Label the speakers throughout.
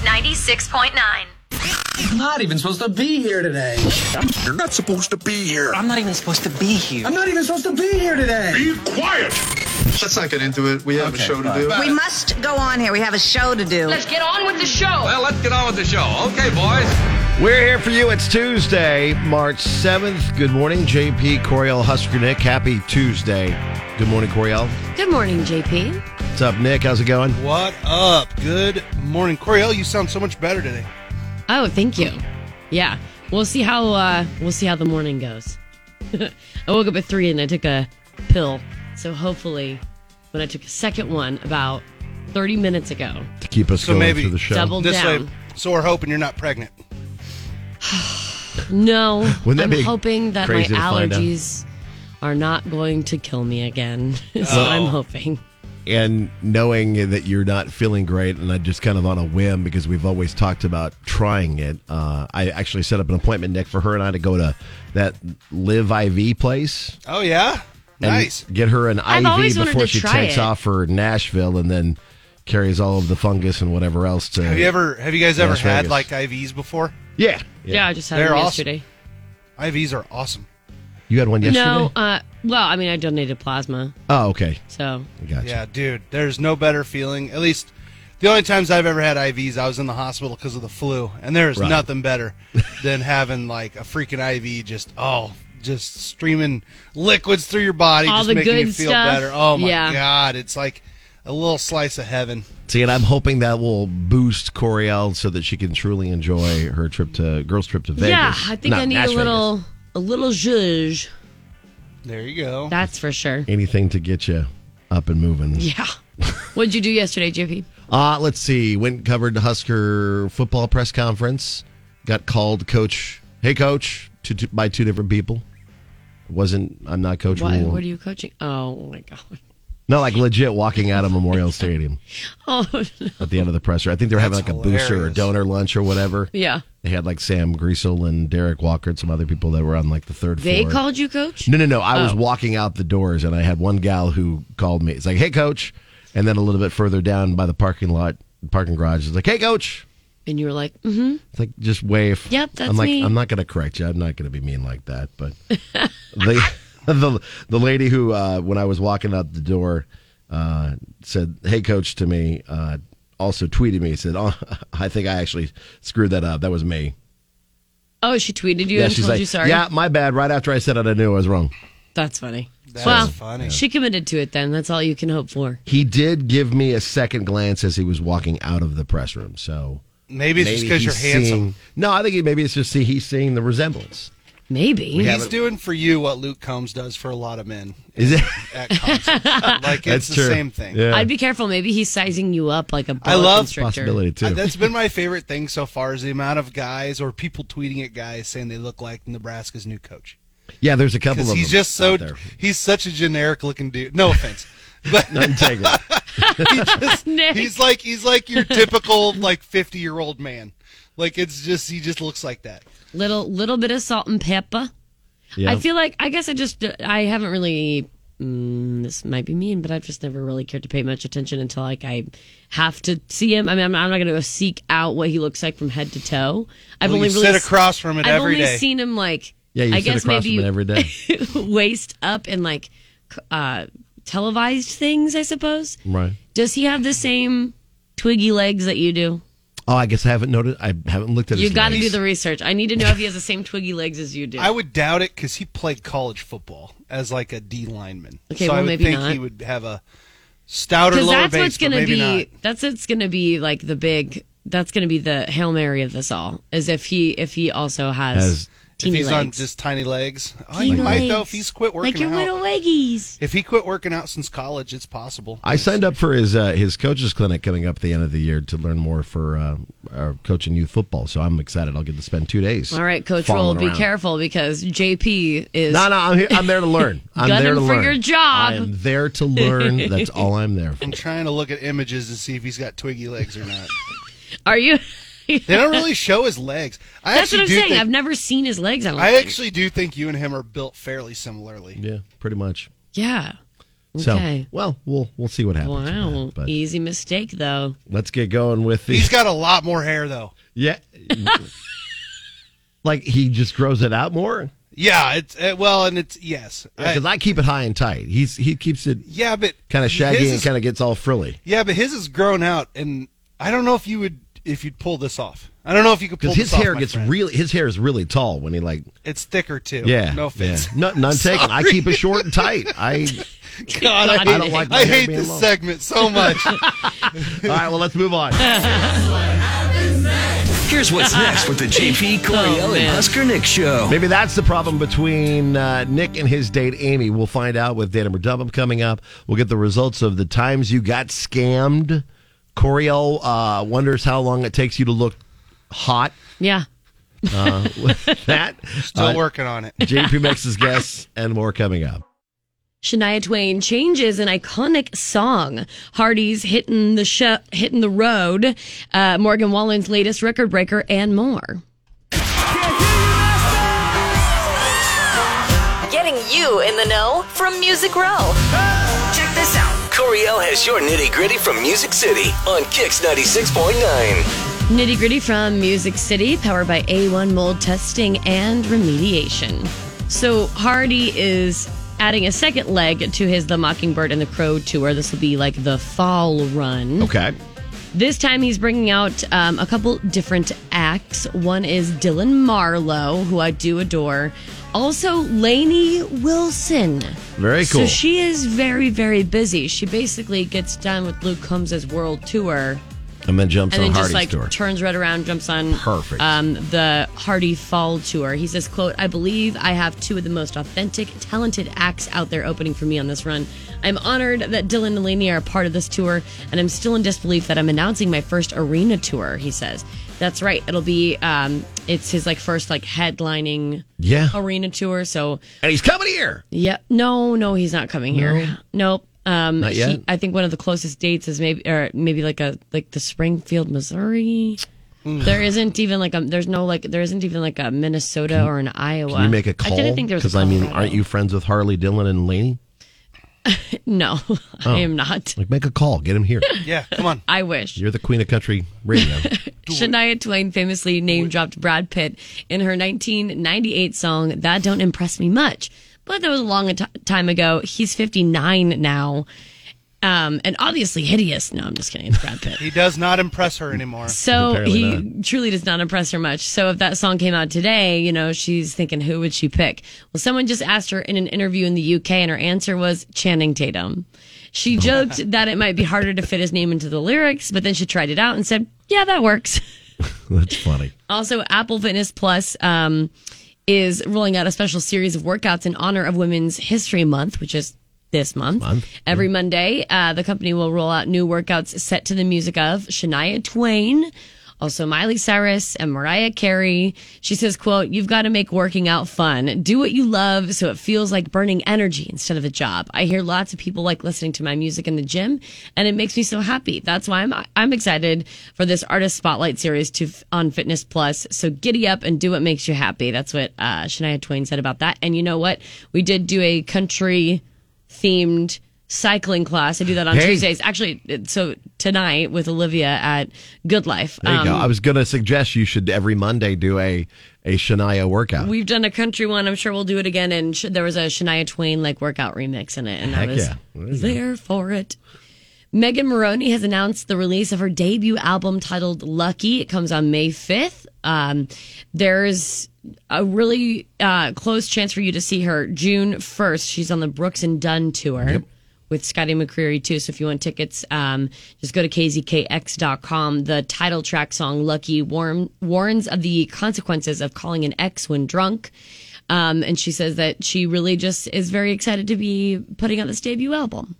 Speaker 1: 96.9.
Speaker 2: I'm not even supposed to be here today.
Speaker 3: You're not supposed to be here.
Speaker 4: I'm not even supposed to be here.
Speaker 2: I'm not even supposed to be here today.
Speaker 3: Be quiet.
Speaker 5: Let's not get into it. We have a show to do.
Speaker 6: We must go on here. We have a show to do.
Speaker 7: Let's get on with the show.
Speaker 8: Well, let's get on with the show. Okay, boys.
Speaker 9: We're here for you. It's Tuesday, March 7th. Good morning, JP Coriel Husker Nick. Happy Tuesday. Good morning, Coriel.
Speaker 10: Good morning, JP.
Speaker 9: What's up, Nick? How's it going?
Speaker 11: What up? Good morning, Coriel. You sound so much better today.
Speaker 10: Oh, thank you. Yeah, we'll see how uh, we'll see how the morning goes. I woke up at three and I took a pill, so hopefully, when I took a second one about thirty minutes ago,
Speaker 9: To keep us
Speaker 11: So
Speaker 9: going
Speaker 11: maybe
Speaker 9: through the show.
Speaker 10: double
Speaker 11: this
Speaker 10: down.
Speaker 11: way, so we're hoping you're not pregnant.
Speaker 10: No,
Speaker 9: Wouldn't that
Speaker 10: I'm
Speaker 9: be
Speaker 10: hoping that my
Speaker 9: crazy to find out?
Speaker 10: allergies are not going to kill me again. so I'm
Speaker 9: Oh.
Speaker 10: hoping.
Speaker 9: And knowing that you're not feeling great, and I just kind of on a whim because we've always talked about trying it. Uh, I actually set up an appointment, Nick, for her and I to go to that Live IV place.
Speaker 11: Oh yeah,
Speaker 9: and
Speaker 11: nice.
Speaker 9: Get her an
Speaker 10: I've always
Speaker 9: IV
Speaker 10: wanted
Speaker 9: before
Speaker 10: to
Speaker 9: she
Speaker 10: try
Speaker 9: takes
Speaker 10: it.
Speaker 9: off for Nashville, and then carries all of the fungus and whatever else to.
Speaker 11: Have you ever? Have you guys ever
Speaker 9: Las
Speaker 11: had
Speaker 9: Vegas.
Speaker 11: like IVs before?
Speaker 9: Yeah,
Speaker 10: Yeah, I just had
Speaker 11: They're
Speaker 10: them
Speaker 11: awesome.
Speaker 10: yesterday.
Speaker 11: IVs are awesome.
Speaker 9: You had one yesterday.
Speaker 10: No, uh, well, I mean, I donated plasma,
Speaker 9: Oh, okay.
Speaker 10: so
Speaker 9: I Gotcha.
Speaker 11: Yeah, dude. There's no better feeling. At least the only times I've ever had IVs, I was in the hospital because of the flu, and there's
Speaker 9: Right.
Speaker 11: nothing better than having like a freaking IV just oh, just streaming liquids through your body,
Speaker 10: All
Speaker 11: just
Speaker 10: the
Speaker 11: making you
Speaker 10: good
Speaker 11: feel
Speaker 10: stuff.
Speaker 11: better. Oh my
Speaker 10: Yeah.
Speaker 11: god, it's like a little slice of heaven.
Speaker 9: See, and I'm hoping that will boost Coriel so that she can truly enjoy her trip to girls' trip to Vegas.
Speaker 10: yeah, I think
Speaker 9: Not
Speaker 10: I need
Speaker 9: Nash
Speaker 10: a
Speaker 9: Vegas.
Speaker 10: little a little zhuzh.
Speaker 11: There you go.
Speaker 10: That's for sure.
Speaker 9: anything to get you up and moving.
Speaker 10: Yeah. What'd you do yesterday, JP?
Speaker 9: Uh, let's see. Went covered the Husker football press conference. Got called coach. Hey, coach, to, to, by two different people. Wasn't I'm not coach
Speaker 10: What,
Speaker 9: Rule.
Speaker 10: what are you coaching? Oh my god.
Speaker 9: No, like legit walking out of Memorial Stadium
Speaker 10: Oh
Speaker 9: at the end of the presser. I think they're having like
Speaker 11: That's
Speaker 9: a booster or
Speaker 11: hilarious.
Speaker 9: donor lunch or whatever.
Speaker 10: yeah.
Speaker 9: They had like Sam Greasel and Derek Walker and some other people that were on like the third
Speaker 10: They
Speaker 9: floor.
Speaker 10: called you coach?
Speaker 9: No, no, no. I was
Speaker 10: Oh.
Speaker 9: walking out the doors, and I had one gal who called me. It's like, "Hey, coach," and then a little bit further down by the parking lot, parking garage, it's like, "Hey, coach."
Speaker 10: And you were like, mm-hmm.
Speaker 9: It's like just wave.
Speaker 10: Yep, that's
Speaker 9: I'm like,
Speaker 10: me.
Speaker 9: I'm not going to correct you. I'm not going to be mean like that. But the the the lady who uh, when I was walking out the door uh, said, "Hey, coach," to me. Uh, also tweeted me said, "Oh, I think I actually screwed that up. That was me."
Speaker 10: Oh, she tweeted you and
Speaker 9: she's
Speaker 10: told
Speaker 9: like,
Speaker 10: you sorry.
Speaker 9: "Yeah, my bad." Right after I said it, I knew I was wrong.
Speaker 10: That's funny.
Speaker 11: That's
Speaker 10: well,
Speaker 11: funny.
Speaker 10: She committed to it then. That's all you can hope for.
Speaker 9: He did give me a second glance as he was walking out of the press room. So
Speaker 11: Maybe it's just
Speaker 9: maybe
Speaker 11: because you're
Speaker 9: he's
Speaker 11: handsome.
Speaker 9: seeing- no, I think he, maybe it's just see he's seeing the resemblance.
Speaker 10: Maybe.
Speaker 11: He's doing for you what Luke Combs does for a lot of men
Speaker 9: Is it?
Speaker 11: at concerts. like it's
Speaker 9: That's
Speaker 11: the
Speaker 9: true.
Speaker 11: same thing.
Speaker 9: Yeah.
Speaker 10: I'd be careful. Maybe he's sizing you up like a boa
Speaker 11: I love
Speaker 10: constrictor.
Speaker 9: Possibility too.
Speaker 11: Uh, that's been my favorite thing so far is the amount of guys or people tweeting at guys saying they look like Nebraska's new coach
Speaker 9: Yeah, there's a couple
Speaker 11: because
Speaker 9: of them.
Speaker 11: he's just so
Speaker 9: out there.
Speaker 11: he's such a generic looking dude. No offense, but
Speaker 9: Integrity.
Speaker 10: Nick.
Speaker 11: he's like he's like your typical like fifty year old man. Like it's just he just looks like that.
Speaker 10: little little bit of salt and pepper.
Speaker 9: Yeah.
Speaker 10: I feel like I guess I just I haven't really. Mm, this might be mean, but I've just never really cared to pay much attention until like I have to see him. I mean, I'm, I'm not going to go seek out what he looks like from head to toe. I've
Speaker 11: Well,
Speaker 10: only
Speaker 11: you
Speaker 10: really
Speaker 11: sit
Speaker 10: s-
Speaker 11: across from it
Speaker 10: I've
Speaker 11: every
Speaker 10: only
Speaker 11: day.
Speaker 10: seen him like
Speaker 9: Yeah, you
Speaker 10: I
Speaker 9: sit
Speaker 10: guess
Speaker 9: across
Speaker 10: maybe
Speaker 9: from it every day.
Speaker 10: waist up and like c- uh, televised things. I suppose.
Speaker 9: right.
Speaker 10: Does he have the same twiggy legs that you do?
Speaker 9: Oh, I guess I haven't noticed. I haven't looked at.
Speaker 10: You
Speaker 9: his
Speaker 10: got to
Speaker 9: legs.
Speaker 10: do the research. I need to know if he has the same twiggy legs as you do.
Speaker 11: I would doubt it because he played college football as like a D lineman.
Speaker 10: Okay,
Speaker 11: so I
Speaker 10: well,
Speaker 11: would
Speaker 10: maybe
Speaker 11: think
Speaker 10: not.
Speaker 11: he would have a stouter
Speaker 10: because
Speaker 11: lower
Speaker 10: that's
Speaker 11: base,
Speaker 10: what's
Speaker 11: but
Speaker 10: going to
Speaker 11: maybe
Speaker 10: be
Speaker 11: not.
Speaker 10: that's it's going to be like the big that's going to be the hail mary of this all is if he if he also has,
Speaker 9: Has-
Speaker 11: If
Speaker 10: teeny
Speaker 11: he's on
Speaker 10: legs.
Speaker 11: just tiny legs, oh, he
Speaker 10: Teeny
Speaker 11: might though.
Speaker 10: legs.
Speaker 11: If he's quit working
Speaker 10: like your
Speaker 11: out,
Speaker 10: little leggies.
Speaker 11: If he quit working out since college, it's possible.
Speaker 9: I signed up for his uh, his coaches clinic coming up at the end of the year to learn more for uh, our coaching youth football. So I'm excited. I'll get to spend two days.
Speaker 10: All right, Coach Roll,
Speaker 9: following
Speaker 10: be
Speaker 9: around.
Speaker 10: careful because JP is
Speaker 9: No, no, I'm here, I'm there to learn. I'm
Speaker 10: Gunning
Speaker 9: there to
Speaker 10: for
Speaker 9: learn.
Speaker 10: your job.
Speaker 9: I am there to learn. That's all I'm there for.
Speaker 11: I'm trying to look at images to see if he's got twiggy legs or not.
Speaker 10: Are you?
Speaker 11: They don't really show his legs. I
Speaker 10: that's
Speaker 11: actually
Speaker 10: what I'm
Speaker 11: do
Speaker 10: saying.
Speaker 11: think-
Speaker 10: I've never seen his legs. I don't.
Speaker 11: I
Speaker 10: think.
Speaker 11: actually do think you and him are built fairly similarly.
Speaker 9: Yeah, pretty much.
Speaker 10: yeah.
Speaker 9: So,
Speaker 10: Okay.
Speaker 9: well, we'll we'll see what happens. with
Speaker 10: Wow.
Speaker 9: that, but
Speaker 10: Easy mistake, though.
Speaker 9: let's get going with the
Speaker 11: He's got a lot more hair though.
Speaker 9: yeah. like he just grows it out more
Speaker 11: Yeah, it's uh, well, and it's yes. I-
Speaker 9: because I keep it high and tight. He's he keeps it
Speaker 11: yeah, but
Speaker 9: kind of shaggy
Speaker 11: his
Speaker 9: and
Speaker 11: is-
Speaker 9: kind of gets all frilly
Speaker 11: Yeah, but his is grown out, and I don't know if you would if you'd pull this off. I don't know if you could pull
Speaker 9: because his
Speaker 11: this off,
Speaker 9: hair
Speaker 11: my
Speaker 9: gets
Speaker 11: friend.
Speaker 9: really his hair is really tall when he like
Speaker 11: It's thicker too.
Speaker 9: yeah
Speaker 11: no offense.
Speaker 9: yeah. No- none taken. I keep it short and tight. I
Speaker 11: God, I,
Speaker 10: I don't
Speaker 11: hate-
Speaker 9: like my
Speaker 11: I
Speaker 9: hair
Speaker 11: hate
Speaker 9: being
Speaker 11: this
Speaker 9: long.
Speaker 11: segment so much.
Speaker 9: all right. Well, let's move on.
Speaker 1: Here's what's next with the JP Coriel and
Speaker 10: Oh, man.
Speaker 1: Husker Nick show.
Speaker 9: Maybe that's the problem between uh, Nick and his date Amy. We'll find out with Datum or Dumbum coming up. We'll get the results of the times you got scammed. Coriel uh, wonders how long it takes you to look hot
Speaker 10: Yeah.
Speaker 9: uh, with that.
Speaker 11: Still
Speaker 9: Uh,
Speaker 11: working on it.
Speaker 9: JP makes his guess and more coming up.
Speaker 10: Shania Twain changes an iconic song. Hardy's hitting the sho hitting the road. Uh, Morgan Wallen's latest record breaker, and more.
Speaker 4: Getting you in the know from Music Row.
Speaker 6: Check this out.
Speaker 1: Coriel has your nitty gritty from Music City on Kix 96.9.
Speaker 10: Nitty gritty from Music City, powered by A1 mold testing and remediation. So Hardy is adding a second leg to his The Mockingbird and the Crow tour. This will be like the fall run.
Speaker 9: Okay.
Speaker 10: This time he's bringing out um, a couple different acts. One is Dylan Marlowe, who I do adore. Also, Lainey Wilson.
Speaker 9: Very cool.
Speaker 10: So she is very, very busy. She basically gets done with Luke Combs' world tour
Speaker 9: And then jumps
Speaker 10: and
Speaker 9: on
Speaker 10: then
Speaker 9: Hardy's
Speaker 10: just like
Speaker 9: tour.
Speaker 10: turns right around, jumps on
Speaker 9: Perfect.
Speaker 10: um, the Hardy Fall tour. He says, "quote I believe I have two of the most authentic, talented acts out there opening for me on this run. I'm honored that Dylan and Laney are a part of this tour, and I'm still in disbelief that I'm announcing my first arena tour." He says, "That's right. It'll be um, it's his like first like headlining
Speaker 9: yeah.
Speaker 10: arena tour. So
Speaker 9: And he's coming here.
Speaker 10: yeah. No, no, he's not coming here. Nope. Um,
Speaker 9: Not yet?
Speaker 10: He, I think one of the closest dates is maybe, or maybe like a like the Springfield, Missouri.
Speaker 9: Hmm.
Speaker 10: There isn't even like a there's no like there isn't even like a Minnesota or an Iowa.
Speaker 9: Can you make a call?
Speaker 10: I didn't think there was a
Speaker 9: Because I mean,
Speaker 10: Colorado.
Speaker 9: aren't you friends with Harley, Dylan, and Laney?
Speaker 10: No, I
Speaker 9: Oh.
Speaker 10: am not.
Speaker 9: Like, make a call. Get him here.
Speaker 11: Yeah, come on.
Speaker 10: I wish.
Speaker 9: You're the queen of country radio.
Speaker 10: Shania Twain famously name dropped Brad Pitt in her 1998 song "That Don't Impress Me Much," but that was a long t- time ago. He's 59 now, um, and obviously hideous. No, I'm just kidding. It's Brad Pitt.
Speaker 11: He does not impress her anymore.
Speaker 10: So
Speaker 9: Apparently
Speaker 10: he truly does not impress her much. So if that song came out today, you know, she's thinking, who would she pick? Well, someone just asked her in an interview in the UK, and her answer was Channing Tatum. She joked that it might be harder to fit his name into the lyrics, but then she tried it out and said, yeah, that works.
Speaker 9: That's funny.
Speaker 10: Also, Apple Fitness Plus um, is rolling out a special series of workouts in honor of Women's History Month, which is this month.
Speaker 9: Month,
Speaker 10: Every Monday, uh, the company will roll out new workouts set to the music of Shania Twain. Also, Miley Cyrus and Mariah Carey. She says, quote, you've got to make working out fun. Do what you love so it feels like burning energy instead of a job. I hear lots of people like listening to my music in the gym and it makes me so happy. That's why I'm, I'm excited for this artist spotlight series to on Fitness Plus. So giddy up and do what makes you happy. That's what uh, Shania Twain said about that. And you know what? We did do a country themed cycling class. I do that on
Speaker 9: Hey.
Speaker 10: Tuesdays. Actually, it- so tonight with Olivia at Good Life.
Speaker 9: There you go. I was going to suggest you should every Monday do a a Shania workout.
Speaker 10: We've done a country one. I'm sure we'll do it again. And sh- there was a Shania Twain like workout remix in it, and
Speaker 9: Heck
Speaker 10: I was
Speaker 9: yeah. There you go.
Speaker 10: there for it. Megan Maroney has announced the release of her debut album titled Lucky. It comes on May 5th. Um, there's a really uh, close chance for you to see her June 1st. She's on the Brooks and Dunn tour with Scotty McCreery, too. So if you want tickets, um, just go to kzkx.com. The title track song Lucky warn- warns of the consequences of calling an ex when drunk. Um, and she says that she really just is very excited to be putting out this debut album.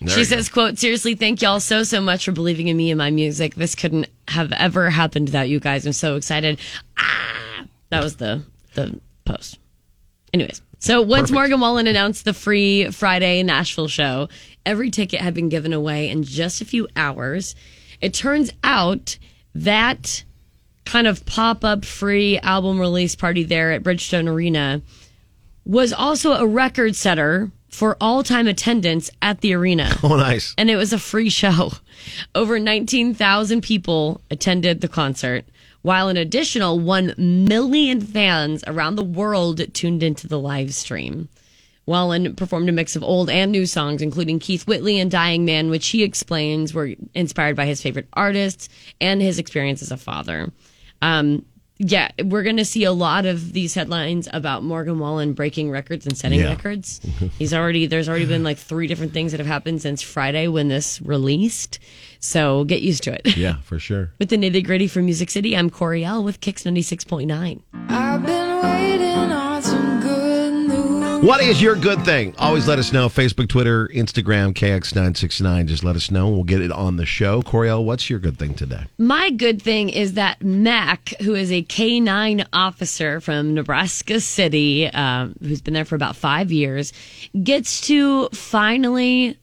Speaker 9: There
Speaker 10: she
Speaker 9: you
Speaker 10: says, quote, seriously, thank y'all so, so much for believing in me and my music. This couldn't have ever happened without you guys. I'm so excited. Ah! That was the, the post. Anyways, So once Morgan Wallen announced the free Friday Nashville show, every ticket had been given away in just a few hours. It turns out that kind of pop up free album release party there at Bridgestone Arena was also a record setter for all time attendance at the arena
Speaker 9: Oh, nice.
Speaker 10: and it was a free show. Over 19,000 people attended the concert, while an additional 1 million fans around the world tuned into the live stream. Wallen performed a mix of old and new songs, including Keith Whitley and Dying Man, which he explains were inspired by his favorite artists and his experience as a father. Um, yeah, we're going to see a lot of these headlines about Morgan Wallen breaking records and setting
Speaker 9: Yeah.
Speaker 10: records. He's already, there's already been like three different things that have happened since Friday when this released. So get used to it.
Speaker 9: Yeah, for sure.
Speaker 10: With the nitty gritty from Music City, I'm Corey L with Kix 96.9.
Speaker 7: I've been waiting on some good news.
Speaker 9: What is your good thing? Always let us know. Facebook, Twitter, Instagram, KX969. Just let us know. We'll get it on the show. Coriel, what's your good thing today?
Speaker 10: My good thing is that Mac, who is a K 9 officer from Nebraska City, um, who's been there for about five years, gets to finally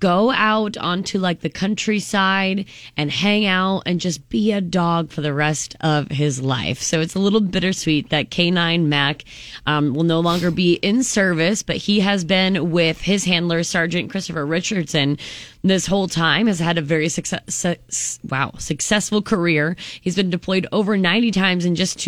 Speaker 10: go out onto like the countryside and hang out and just be a dog for the rest of his life. So it's a little bittersweet that K9 Mac um, will no longer be in service, but he has been with his handler, Sergeant Christopher Richardson, this whole time, has had a very success, su- wow, successful career. He's been deployed over 90 times in just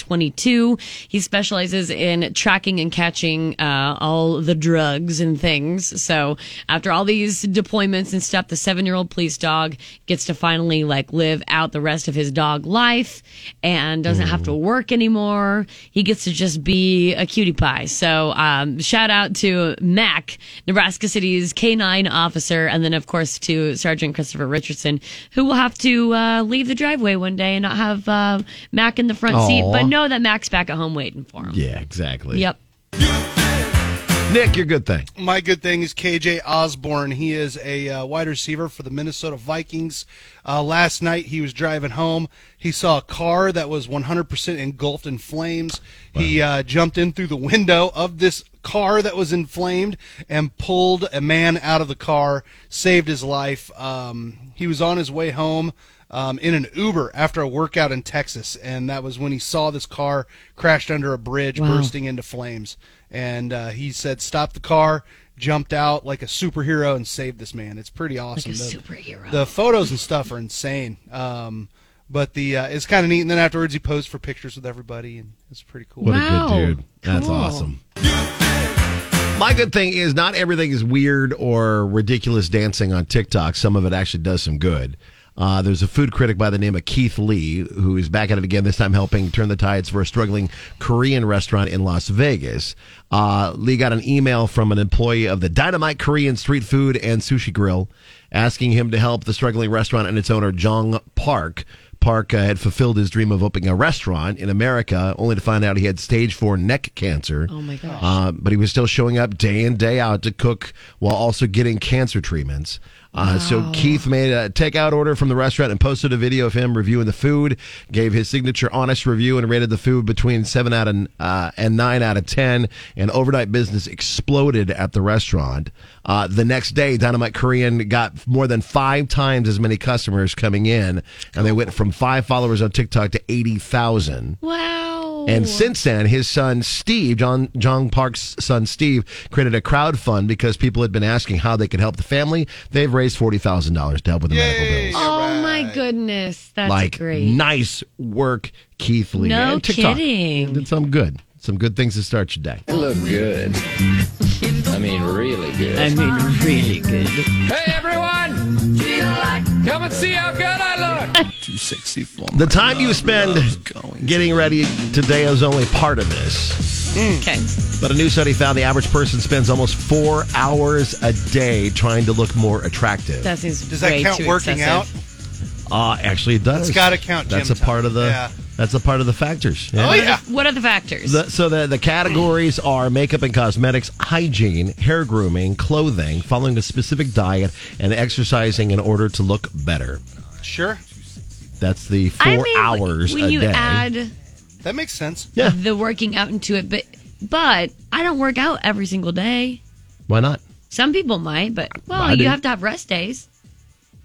Speaker 10: 2022. He specializes in tracking and catching uh, all the drugs and things. So after all these deployments and stuff, the seven year old police dog gets to finally like live out the rest of his dog life and doesn't have to work anymore. He gets to just be a cutie pie. So um, shout out to Mac, Nebraska City's K9 officer, and then of course to Sergeant Christopher Richardson, who will have to uh, leave the driveway one day and not have uh, Mac in the front seat,
Speaker 9: Aw.
Speaker 10: but know that Mac's back at home waiting for him.
Speaker 9: Yeah, exactly.
Speaker 10: Yep.
Speaker 9: Nick, your good thing.
Speaker 11: My good thing is KJ Osborne. He is a uh, wide receiver for the Minnesota Vikings. Uh, last night he was driving home. He saw a car that was 100% engulfed in flames. He uh, jumped in through the window of this car that was inflamed and pulled a man out of the car, saved his life. Um, he was on his way home. Um, in an Uber after a workout in Texas, and that was when he saw this car crashed under a bridge,
Speaker 10: Wow.
Speaker 11: bursting into flames. And uh, he said, "Stop the car!" Jumped out like a superhero and saved this man. It's pretty awesome.
Speaker 10: a
Speaker 11: The-
Speaker 10: superhero.
Speaker 11: The photos and stuff are insane. Um, but the uh, it's kind of neat. And then afterwards, he posed for pictures with everybody, and it's pretty cool.
Speaker 9: What
Speaker 10: Wow.
Speaker 9: a good dude. That's
Speaker 10: Cool.
Speaker 9: awesome. My good thing is not everything is weird or ridiculous dancing on TikTok. Some of it actually does some good. Uh, there's a food critic by the name of Keith Lee who is back at it again, this time helping turn the tides for a struggling Korean restaurant in Las Vegas. Uh, Lee got an email from an employee of the Dynamite Korean Street Food and Sushi Grill asking him to help the struggling restaurant and its owner, Jong Park. Park uh, had fulfilled his dream of opening a restaurant in America, only to find out he had stage four neck cancer.
Speaker 10: Oh my gosh.
Speaker 9: Uh, but he was still showing up day in day out to cook while also getting cancer treatments. Uh, So Keith made a takeout order from the restaurant and posted a video of him reviewing the food. Gave his signature honest review and rated the food between seven out of uh, and nine out of ten. And overnight business exploded at the restaurant. Uh, the next day, Dynamite Korean got more than five times as many customers coming in, and they went from five followers on TikTok to eighty thousand.
Speaker 10: Wow.
Speaker 9: And since then, his son Steve, John Jong Park's son Steve, created a crowd fund because people had been asking how they could help the family. They've raised forty thousand dollars to help with the medical bills.
Speaker 10: oh my goodness. That's
Speaker 9: like mm.
Speaker 10: great.
Speaker 9: nice work, Keith Lee.
Speaker 10: No
Speaker 9: And TikTok.
Speaker 10: kidding.
Speaker 9: Did some good. Some good things to start your day.
Speaker 12: look good. I mean, really good.
Speaker 10: I mean, really good.
Speaker 12: Hey, everyone! Come and see how good I look!
Speaker 3: Too sexy for
Speaker 9: The time you spend getting ready today is only part of this.
Speaker 10: Okay.
Speaker 9: But a new study found the average person spends almost four hours a day trying to look more attractive.
Speaker 10: That seems
Speaker 11: Does that
Speaker 10: way
Speaker 11: count
Speaker 10: too
Speaker 11: working
Speaker 10: excessive.
Speaker 11: out?
Speaker 9: Uh, actually, it does.
Speaker 11: It's gotta count
Speaker 9: That's
Speaker 11: gym
Speaker 9: a part
Speaker 11: time.
Speaker 9: of the.
Speaker 11: Yeah.
Speaker 9: That's a part of the factors. Yeah.
Speaker 11: Oh yeah,
Speaker 10: What are the factors?
Speaker 9: The- so the the categories are makeup and cosmetics, hygiene, hair grooming, clothing, following a specific diet, and exercising in order to look better.
Speaker 11: sure.
Speaker 9: That's the four
Speaker 10: I mean,
Speaker 9: hours
Speaker 10: when
Speaker 9: a
Speaker 10: you
Speaker 9: day.
Speaker 10: add
Speaker 11: That makes sense.
Speaker 9: Yeah.
Speaker 10: the working out into it, but But I don't work out every single day.
Speaker 9: Why not?
Speaker 10: Some people might, but well,
Speaker 9: I
Speaker 10: you
Speaker 9: do.
Speaker 10: have to have rest days.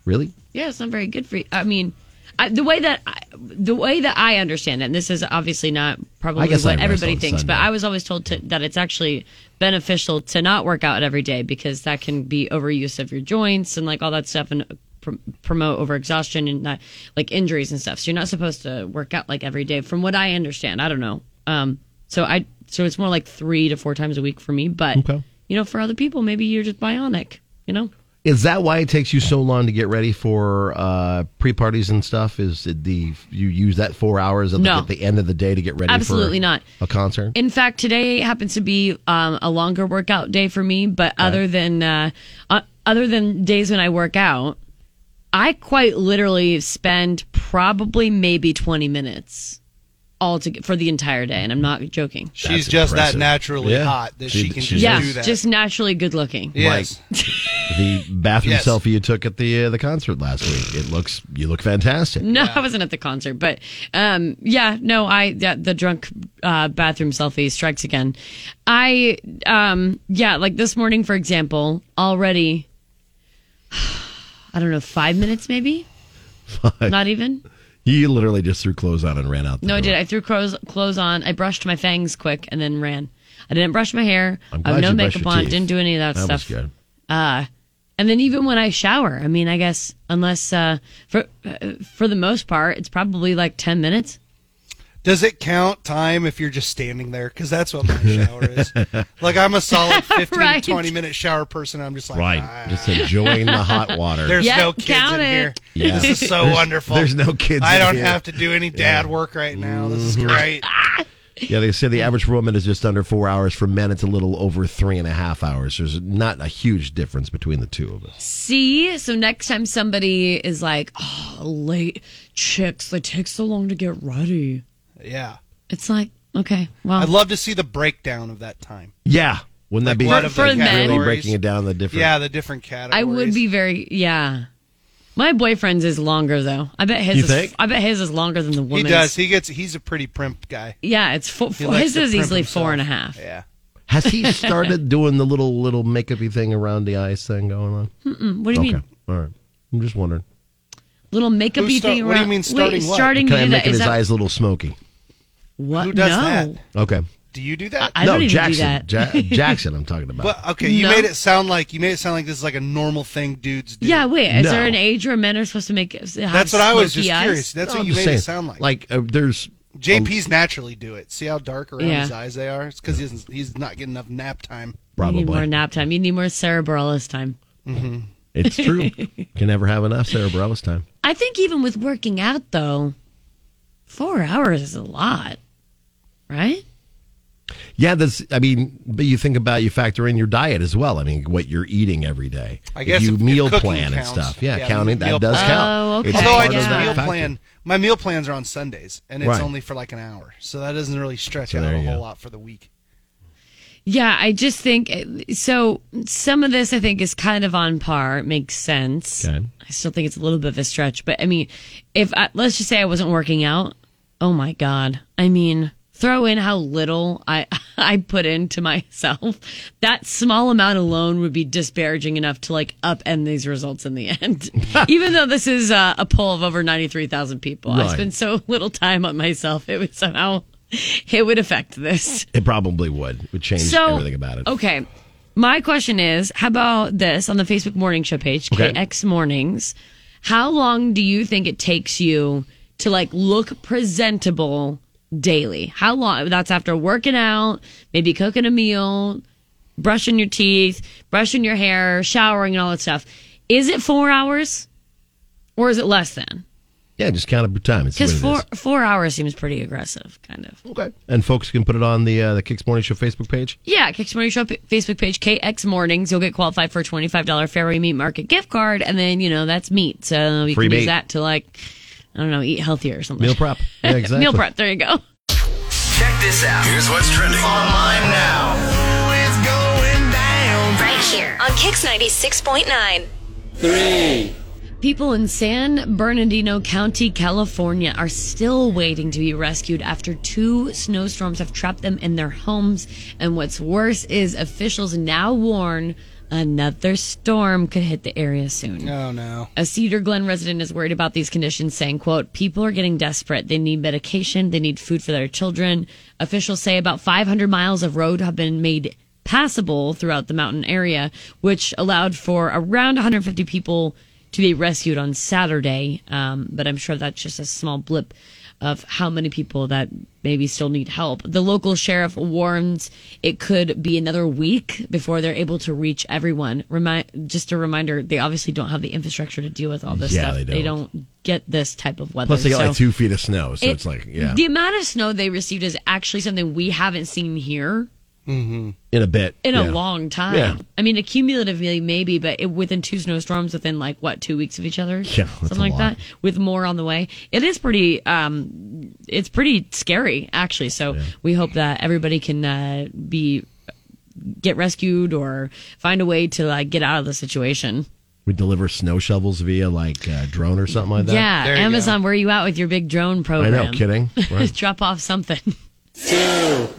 Speaker 9: Really?
Speaker 10: Yeah, it's not very good for you. I mean, I, the way that I, the way that I understand it, and this is obviously not probably
Speaker 9: I guess I
Speaker 10: what
Speaker 9: rest
Speaker 10: everybody
Speaker 9: on
Speaker 10: thinks, but
Speaker 9: Sunday.
Speaker 10: I was always told to, that it's actually beneficial to not work out every day because that can be overuse of your joints and like all that stuff and pr- promote overexhaustion and not like injuries and stuff. So you're not supposed to work out like every day, from what I understand. I don't know. Um, so I so it's more like three to four times a week for me, but
Speaker 9: Okay.
Speaker 10: you know, for other people, maybe you're just bionic. You know.
Speaker 9: Is that why it takes you so long to get ready for uh, pre-parties and stuff? Is it the you use that four hours at,
Speaker 10: No.
Speaker 9: the, at the end of the day to get ready?
Speaker 10: Absolutely
Speaker 9: for
Speaker 10: not.
Speaker 9: A concert.
Speaker 10: In fact, today happens to be um, a longer workout day for me. But other than uh, uh, other than days when I work out, I quite literally spend probably maybe twenty minutes all to, for the entire day, and I'm not joking.
Speaker 11: She's just that naturally
Speaker 9: Yeah.
Speaker 11: hot that she,
Speaker 9: She-
Speaker 11: can
Speaker 9: she
Speaker 11: just
Speaker 10: yeah,
Speaker 11: do that.
Speaker 10: just naturally good looking.
Speaker 11: yes.
Speaker 9: the bathroom
Speaker 11: Yes.
Speaker 9: selfie you took at the uh, the concert last week. It looks you look fantastic.
Speaker 10: No, I wasn't at the concert, but um, yeah, no, I yeah, the drunk uh, bathroom selfie strikes again. I um, yeah, like this morning, for example, already. I don't know, five minutes maybe, not even.
Speaker 9: You literally just threw clothes on and ran out. The
Speaker 10: No, I
Speaker 9: door.
Speaker 10: did. I threw clothes, clothes on. I brushed my fangs quick and then ran. I didn't brush my hair.
Speaker 9: I'm
Speaker 10: I
Speaker 9: glad
Speaker 10: have no
Speaker 9: you brushed
Speaker 10: makeup
Speaker 9: your
Speaker 10: on.
Speaker 9: teeth.
Speaker 10: Didn't do any of that,
Speaker 9: That was
Speaker 10: stuff.
Speaker 9: good.
Speaker 10: Uh, and then even when I shower, I mean, I guess unless uh, for uh, for the most part, it's probably like ten minutes.
Speaker 11: Does it count time if you're just standing there? Because that's what my shower is. Like I'm a solid 15
Speaker 10: Right.
Speaker 11: to 20 minute shower person. I'm just like,
Speaker 9: Right,
Speaker 11: "Ah,
Speaker 9: just enjoying the hot water.
Speaker 11: there's
Speaker 10: Yeah,
Speaker 11: no kids
Speaker 10: count
Speaker 11: in
Speaker 10: it.
Speaker 11: here.
Speaker 9: Yeah.
Speaker 11: This is so
Speaker 9: There's-
Speaker 11: wonderful.
Speaker 9: there's no kids
Speaker 11: I
Speaker 9: in
Speaker 11: don't
Speaker 9: here." Mhm.
Speaker 11: have to do any dad work right now. This is great.
Speaker 9: Yeah, they say the average woman is just under four hours. For men, it's a little over three and a half hours. There's not a huge difference between the two of us.
Speaker 10: See, so next time somebody is like, "Oh, late chicks, they take so long to get ready,"
Speaker 11: Yeah.
Speaker 10: it's like, okay, well,
Speaker 11: I'd love to see the breakdown of that time.
Speaker 9: Yeah, wouldn't that be
Speaker 11: One of
Speaker 10: For
Speaker 11: the
Speaker 10: men.
Speaker 9: really
Speaker 11: categories.
Speaker 9: breaking it down the different?
Speaker 11: Yeah, the different categories.
Speaker 10: I would be very, yeah. My boyfriend's is longer though. I bet his.
Speaker 9: You
Speaker 10: is,
Speaker 9: think?
Speaker 10: I bet his is longer than the
Speaker 11: He
Speaker 10: woman's.
Speaker 11: does. He gets. He's a pretty primp guy.
Speaker 10: yeah, it's fo-
Speaker 11: He
Speaker 10: fo-
Speaker 11: likes
Speaker 10: his
Speaker 11: to
Speaker 10: is
Speaker 11: primp
Speaker 10: easily
Speaker 11: himself.
Speaker 10: four and a half.
Speaker 11: Yeah.
Speaker 9: Has he started doing the little little makeupy thing around the eyes thing going on?
Speaker 10: Mm, What do you mean?
Speaker 9: Okay, all right. I'm just wondering.
Speaker 10: Little makeup
Speaker 11: Who's
Speaker 10: y
Speaker 11: start-
Speaker 10: thing.
Speaker 11: what do you
Speaker 10: around-
Speaker 11: mean starting
Speaker 10: Wait,
Speaker 11: what?
Speaker 10: starting to
Speaker 9: Kind
Speaker 10: do
Speaker 9: of
Speaker 10: that.
Speaker 9: making
Speaker 10: Is
Speaker 9: his
Speaker 10: that
Speaker 9: eyes a little smoky.
Speaker 10: what?
Speaker 11: Who does
Speaker 10: no.
Speaker 11: that?
Speaker 9: Okay.
Speaker 11: Do you do that?
Speaker 10: I
Speaker 9: no,
Speaker 10: don't even
Speaker 9: Jackson.
Speaker 10: do that.
Speaker 9: Ja- Jackson, I'm talking about.
Speaker 11: but okay, you
Speaker 10: No.
Speaker 11: made it sound like you made it sound like this is like a normal thing dudes do.
Speaker 10: Yeah, wait. Is
Speaker 9: No.
Speaker 10: there an age where men are supposed to make?
Speaker 11: That's what I was just curious. That's
Speaker 9: No,
Speaker 11: what
Speaker 9: I'm
Speaker 11: you made
Speaker 9: just
Speaker 11: it
Speaker 9: saying,
Speaker 11: sound like.
Speaker 9: Like uh, there's
Speaker 11: JP's naturally do it. See how dark around
Speaker 10: Yeah.
Speaker 11: his eyes they are? It's because he doesn't- he's not getting enough nap time.
Speaker 10: You need more
Speaker 9: probably
Speaker 10: nap time. You need more cerebralis time.
Speaker 9: it's true. Can never have enough cerebrellus time.
Speaker 10: I think even with working out though, four hours is a lot, right?
Speaker 9: Yeah, that's. I mean, but you think about you factor in your diet as well. I mean, what you're eating every day.
Speaker 11: I guess
Speaker 9: if
Speaker 11: if-
Speaker 9: you
Speaker 11: if
Speaker 9: meal
Speaker 11: cooking
Speaker 9: plan
Speaker 11: counts.
Speaker 9: and stuff. Yeah,
Speaker 11: Yeah,
Speaker 9: counting
Speaker 11: meal
Speaker 9: that does
Speaker 11: plan.
Speaker 10: Oh,
Speaker 9: count.
Speaker 10: okay.
Speaker 9: It's
Speaker 11: Although I
Speaker 9: part of
Speaker 11: just
Speaker 10: yeah.
Speaker 9: that
Speaker 11: meal
Speaker 9: factor.
Speaker 11: plan, my meal plans are on Sundays, and it's
Speaker 9: Right.
Speaker 11: only for like an hour, so that doesn't really stretch
Speaker 9: So
Speaker 11: out
Speaker 9: there
Speaker 11: a
Speaker 9: you
Speaker 11: whole
Speaker 9: go.
Speaker 11: lot for the week.
Speaker 10: Yeah, I just think so. Some of this I think is kind of on par. It makes sense.
Speaker 9: Okay.
Speaker 10: I still think it's a little bit of a stretch, but I mean, if I, let's just say I wasn't working out, oh my god! I mean, throw in how little I I put into myself. That small amount alone would be disparaging enough to like upend these results in the end. Even though this is uh, a poll of over ninety three thousand people, I
Speaker 9: Right.
Speaker 10: spend so little time on myself. It would somehow it would affect this.
Speaker 9: It probably would. It would change
Speaker 10: So
Speaker 9: everything about it.
Speaker 10: Okay. My question is, how about this on the Facebook morning show page,
Speaker 9: Okay.
Speaker 10: KX Mornings? How long do you think it takes you to like look presentable daily? How long? That's after working out, maybe cooking a meal, brushing your teeth, brushing your hair, showering, and all that stuff. Is it four hours, or is it less than?
Speaker 9: Yeah, just count up your time. and see
Speaker 10: Because
Speaker 9: what it
Speaker 10: four
Speaker 9: is.
Speaker 10: four hours seems pretty aggressive, kind of.
Speaker 9: Okay. And folks can put it on the uh, the Kicks Morning Show Facebook page.
Speaker 10: Yeah, Kicks Morning Show p- Facebook page, KX Mornings. You'll get qualified for a $25 Fairway Meat Market gift card. And then, you know, that's meat. So you
Speaker 9: Free
Speaker 10: can
Speaker 9: meat.
Speaker 10: use that to, like, I don't know, eat healthier or something.
Speaker 9: Meal prep. Yeah, exactly.
Speaker 10: Meal prep. There you go.
Speaker 1: Check this out. Here's what's trending online now. It's going down.
Speaker 4: Right here on Kix 96.9.
Speaker 10: People in San Bernardino County, California are still waiting to be rescued after two snowstorms have trapped them in their homes. And what's worse is officials now warn another storm could hit the area soon.
Speaker 11: Oh, no.
Speaker 10: A Cedar Glen resident is worried about these conditions, saying, quote, people are getting desperate. They need medication. They need food for their children. Officials say about 500 miles of road have been made passable throughout the mountain area, which allowed for around 150 people to be rescued on Saturday. Um, but I'm sure that's just a small blip of how many people that maybe still need help. The local sheriff warns it could be another week before they're able to reach everyone. Remind, just a reminder, they obviously don't have the infrastructure to deal with all this
Speaker 9: Yeah,
Speaker 10: stuff.
Speaker 9: they don't.
Speaker 10: get this type of weather.
Speaker 9: Plus, they got
Speaker 10: so-
Speaker 9: like two feet of snow, so
Speaker 10: it-
Speaker 9: it's like yeah,
Speaker 10: The amount of snow they received is actually something we haven't seen here
Speaker 9: mm-hmm. in a bit,
Speaker 10: in
Speaker 9: yeah.
Speaker 10: a long time.
Speaker 9: Yeah.
Speaker 10: I mean, accumulatively, maybe, but it, within two snowstorms, within like what two weeks of each other,
Speaker 9: Yeah, that's
Speaker 10: something
Speaker 9: a
Speaker 10: like
Speaker 9: lot.
Speaker 10: that, with more on the way. It is pretty. Um, it's pretty scary, actually. So we hope that everybody can uh, be get rescued or find a way to like get out of the situation.
Speaker 9: We deliver snow shovels via like uh, drone or something like that.
Speaker 10: yeah, Amazon, where are you at with your big drone
Speaker 9: I
Speaker 10: program?
Speaker 9: know, kidding. Right.
Speaker 10: Drop off something.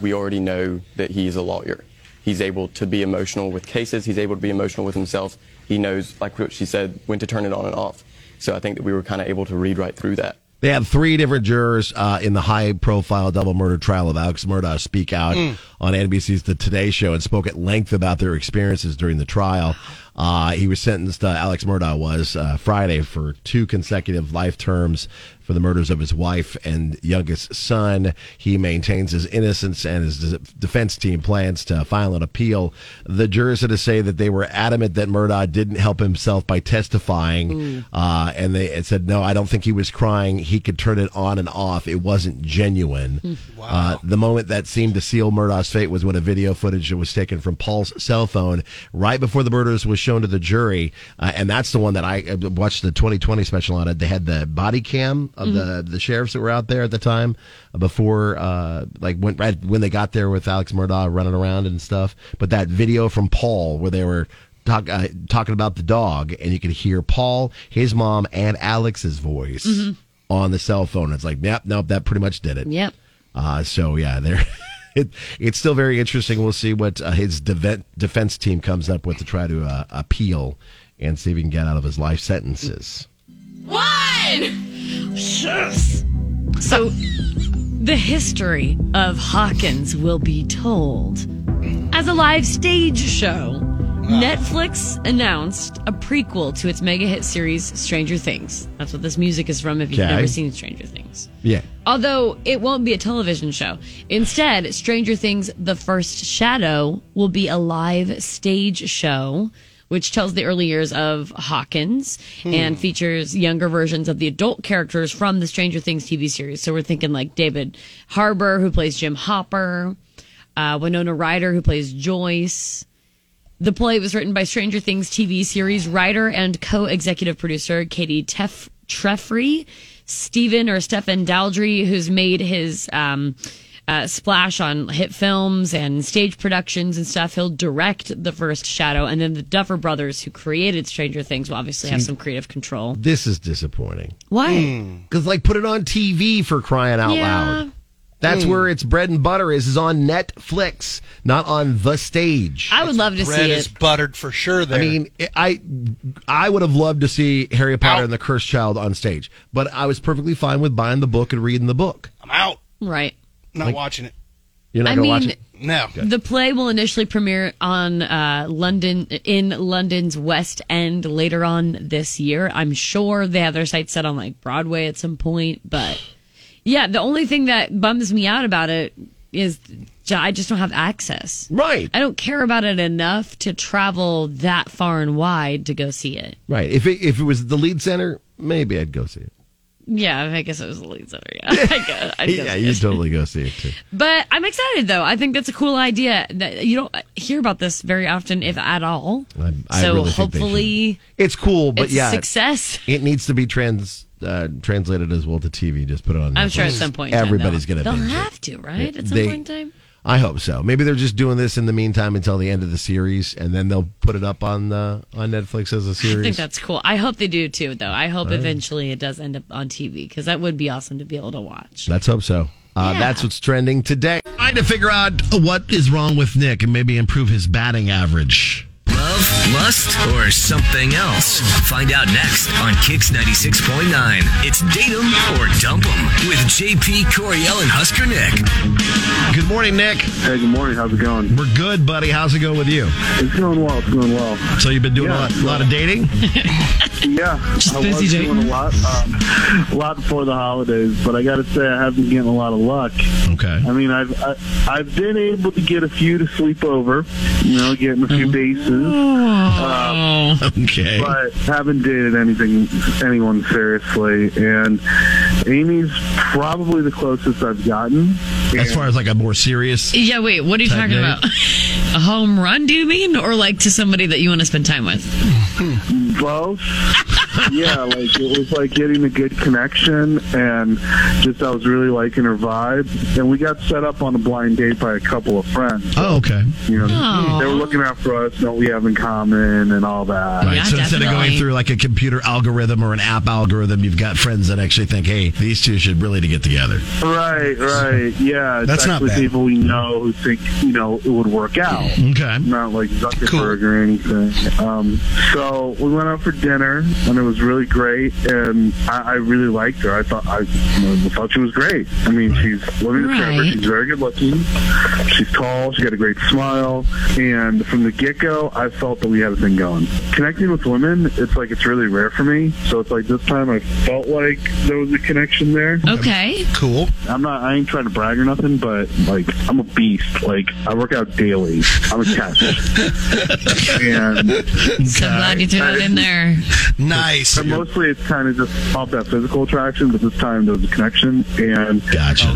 Speaker 13: We already know that he is a lawyer. He's able to be emotional with cases. He's able to be emotional with himself. He knows, like what she said, when to turn it on and off. So I think that we were kind of able to read right through that.
Speaker 9: They had three different jurors uh, in the high profile double murder trial of Alex Murdaugh speak out
Speaker 14: Mm.
Speaker 9: on NBC's The Today Show and spoke at length about their experiences during the trial. Uh, he was sentenced, uh, Alex Murdaugh was, uh, Friday for two consecutive life terms for the murders of his wife and youngest son. He maintains his innocence and his de- defense team plans to file an appeal. The jurors had to say that they were adamant that Murdaugh didn't help himself by testifying.
Speaker 14: Ooh.
Speaker 9: Uh, and they it said, no, I don't think he was crying. He could turn it on and off. It wasn't genuine. Uh, the moment that seemed to seal Murdaugh's fate was when a video footage that was taken from Paul's cell phone right before the murders was shown to the jury. Uh, and that's the one that I uh, watched the 2020 special on it. They had the body cam of the, the sheriffs that were out there at the time uh, before, uh, like when, right when they got there with Alex Murdaugh running around and stuff. But that video from Paul where they were talk, uh, talking about the dog, and you could hear Paul, his mom, and Alex's voice
Speaker 10: Mhm.
Speaker 9: on the cell phone. It's like, yep, nope, that pretty much did it.
Speaker 10: Yep.
Speaker 9: Uh, so yeah, there. It, it's still very interesting. We'll see what uh, his deve- defense team comes up with to try to uh, appeal and see if he can get out of his life sentences.
Speaker 10: One! Yes! So, the history of Hawkins will be told as a live stage show. Netflix announced a prequel to its mega hit series Stranger Things. That's what this music is from if you've
Speaker 9: Okay.
Speaker 10: never seen Stranger Things.
Speaker 9: Yeah.
Speaker 10: Although it won't be a television show. Instead, Stranger Things The First Shadow will be a live stage show, which tells the early years of Hawkins
Speaker 4: Hmm.
Speaker 10: and features younger versions of the adult characters from the Stranger Things TV series. So we're thinking like David Harbour, who plays Jim Hopper, uh, Winona Ryder, who plays Joyce. The play was written by Stranger Things TV series writer and co-executive producer Katie Tef- Treffry, Stephen or Stephen Daldry, who's made his um, uh, splash on hit films and stage productions and stuff. He'll direct the first Shadow, and then the Duffer Brothers, who created Stranger Things, will obviously have
Speaker 9: See-
Speaker 10: some creative control.
Speaker 9: This is disappointing.
Speaker 10: Why?
Speaker 9: Because like, put it on TV for crying out
Speaker 10: Yeah.
Speaker 9: loud. That's
Speaker 10: Hmm.
Speaker 9: where its bread and butter is. Is on Netflix, not on the stage.
Speaker 10: I would love to
Speaker 11: Bread
Speaker 10: see
Speaker 11: is
Speaker 10: it.
Speaker 11: buttered for sure there.
Speaker 9: I mean, I I would have loved to see Harry Potter and the Cursed Child on stage, but I was perfectly fine with buying the book and reading the book.
Speaker 11: I'm out.
Speaker 10: Right.
Speaker 11: Not
Speaker 9: Like-
Speaker 11: watching it.
Speaker 9: You're not
Speaker 10: I
Speaker 9: going to watch
Speaker 10: mean,
Speaker 9: it.
Speaker 11: No.
Speaker 10: The play will initially premiere on uh, London in London's West End later on this year. I'm sure they have their sights set on like Broadway at some point, but yeah, the only thing that bums me out about it is j- I just don't have access.
Speaker 9: Right.
Speaker 10: I don't care about it enough to travel that far and wide to go see it.
Speaker 9: Right. If it, if it was the lead center, maybe I'd go see it.
Speaker 10: Yeah, I guess it was the lead center. Yeah, I guess, I guess
Speaker 9: yeah, you'd totally go see it too.
Speaker 10: But I'm excited though. I think that's a cool idea. That you don't hear about this very often, if at all.
Speaker 9: I, I
Speaker 10: so
Speaker 9: really think they should.
Speaker 10: hopefully,
Speaker 9: it's cool, but
Speaker 10: it's a
Speaker 9: yeah,
Speaker 10: success.
Speaker 9: It needs to be trans uh, translated as well to TV. Just put it on.
Speaker 10: I'm sure
Speaker 9: Netflix.
Speaker 10: at some point in time
Speaker 9: everybody's
Speaker 10: they'll-
Speaker 9: going to.
Speaker 10: they'll have to, right? At some point in time?
Speaker 9: I hope so. Maybe they're just doing this in the meantime until the end of the series, and then they'll put it up on the on Netflix as a series.
Speaker 15: I think that's cool. I hope they do too, though. I hope
Speaker 9: Right.
Speaker 15: eventually it does end up on TV because that would be awesome to be able to watch.
Speaker 9: Let's hope so. Uh,
Speaker 15: Yeah.
Speaker 9: That's what's trending today. Trying to figure out what is wrong with Nick and maybe improve his batting average.
Speaker 1: Love, lust, or something else? Find out next on Kix 96.9. It's Date 'em or Dump 'em with JP Coriel and Husker Nick.
Speaker 9: Good morning, Nick.
Speaker 10: Hey, good morning. How's it going?
Speaker 9: We're good, buddy. How's it going with you?
Speaker 10: It's going well. It's going well.
Speaker 9: So you've been doing a, lot, lot of dating?
Speaker 10: Yeah, I was
Speaker 9: busy dating.
Speaker 10: doing a lot, um, a lot before the holidays, but I got to say I haven't been getting a lot of luck.
Speaker 9: Okay.
Speaker 10: I mean, I've I, I've been able to get a few to sleep over, you know, getting a few
Speaker 15: Oh.
Speaker 10: bases. Um,
Speaker 9: okay.
Speaker 10: But haven't dated anything, anyone seriously, and Amy's probably the closest I've gotten.
Speaker 9: As far as like a more serious.
Speaker 15: Yeah, wait, what are you
Speaker 9: Type
Speaker 15: talking
Speaker 9: date.
Speaker 15: about? a home run, do you mean? Or like to somebody that you want to spend time with?
Speaker 10: both. yeah, like it was like getting a good connection, and just I was really liking her vibe, and we got set up on a blind date by a couple of friends.
Speaker 9: Oh, okay.
Speaker 10: You know,
Speaker 9: Aw.
Speaker 10: they were looking out for us, and what we have in common, and all that.
Speaker 9: Right. so instead of going through like a computer algorithm or an app algorithm, you've got friends that actually think, hey, these two should really to get together.
Speaker 10: Right, right, yeah. It's
Speaker 9: That's not
Speaker 10: actually
Speaker 9: bad.
Speaker 10: people we know who think you know it would work out.
Speaker 9: Okay,
Speaker 10: not like Zuckerberg or anything. Um, so we went out for dinner, and it was really great. And I, I really liked her. I thought I, I thought she was great. I mean, she's living the forever. She's very good looking. She's tall. She got a great smile. And from the get go, I felt that we had a thing going. Connecting with women, it's like it's really rare for me. So it's like this time I felt like there was a connection there.
Speaker 15: Okay.
Speaker 10: Cool. I'm not. I ain't trying to brag or nothing, but like I'm a beast. Like I work out daily. I'm a catch. and
Speaker 15: So glad you threw that in there.
Speaker 10: nice. But mostly it's kind of just off that physical attraction, but this time there was a connection, and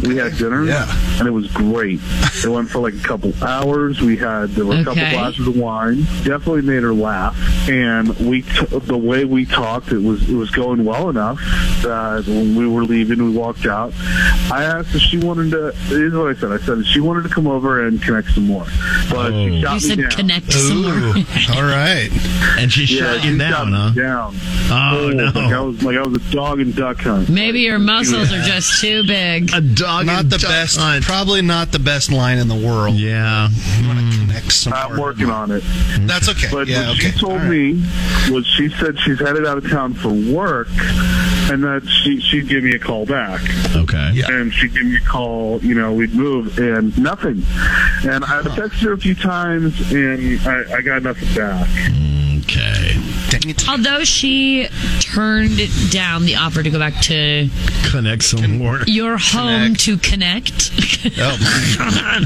Speaker 10: we had dinner, yeah. and it was great. It went for like a couple hours. We had there were a couple
Speaker 16: Okay.
Speaker 10: glasses of wine. Definitely made her laugh, and we t- the way we talked, it was it was going well enough that when we were leaving, we walked out. I asked if she wanted to. Here's what I said. I said she wanted to come over and connect some more, but
Speaker 9: Oh.
Speaker 10: she shot
Speaker 15: You
Speaker 10: me
Speaker 15: said
Speaker 10: down.
Speaker 15: connect some more.
Speaker 10: All right.
Speaker 9: And she
Speaker 10: yeah,
Speaker 9: shut you
Speaker 10: she
Speaker 9: down,
Speaker 10: shot me
Speaker 9: huh?
Speaker 10: Down.
Speaker 9: Oh, no.
Speaker 10: Like I was like I was a dog and duck hunt.
Speaker 15: Maybe your muscles are just too big.
Speaker 9: A dog
Speaker 11: Not the best. Probably not the best line in the world.
Speaker 9: Yeah. Mm.
Speaker 10: I'm working on it.
Speaker 11: That's okay.
Speaker 10: But
Speaker 11: yeah,
Speaker 10: what
Speaker 11: okay.
Speaker 10: she told me was she said she's headed out of town for work, and that she she'd give me a call back.
Speaker 9: Okay.
Speaker 10: And she'd give me a call. You know, we'd move, and nothing. And I texted her a few times, and I, I got nothing back.
Speaker 9: Okay.
Speaker 15: Although she turned down the offer to go back to
Speaker 9: Connect some more.
Speaker 15: your home to connect.
Speaker 11: Oh, my God.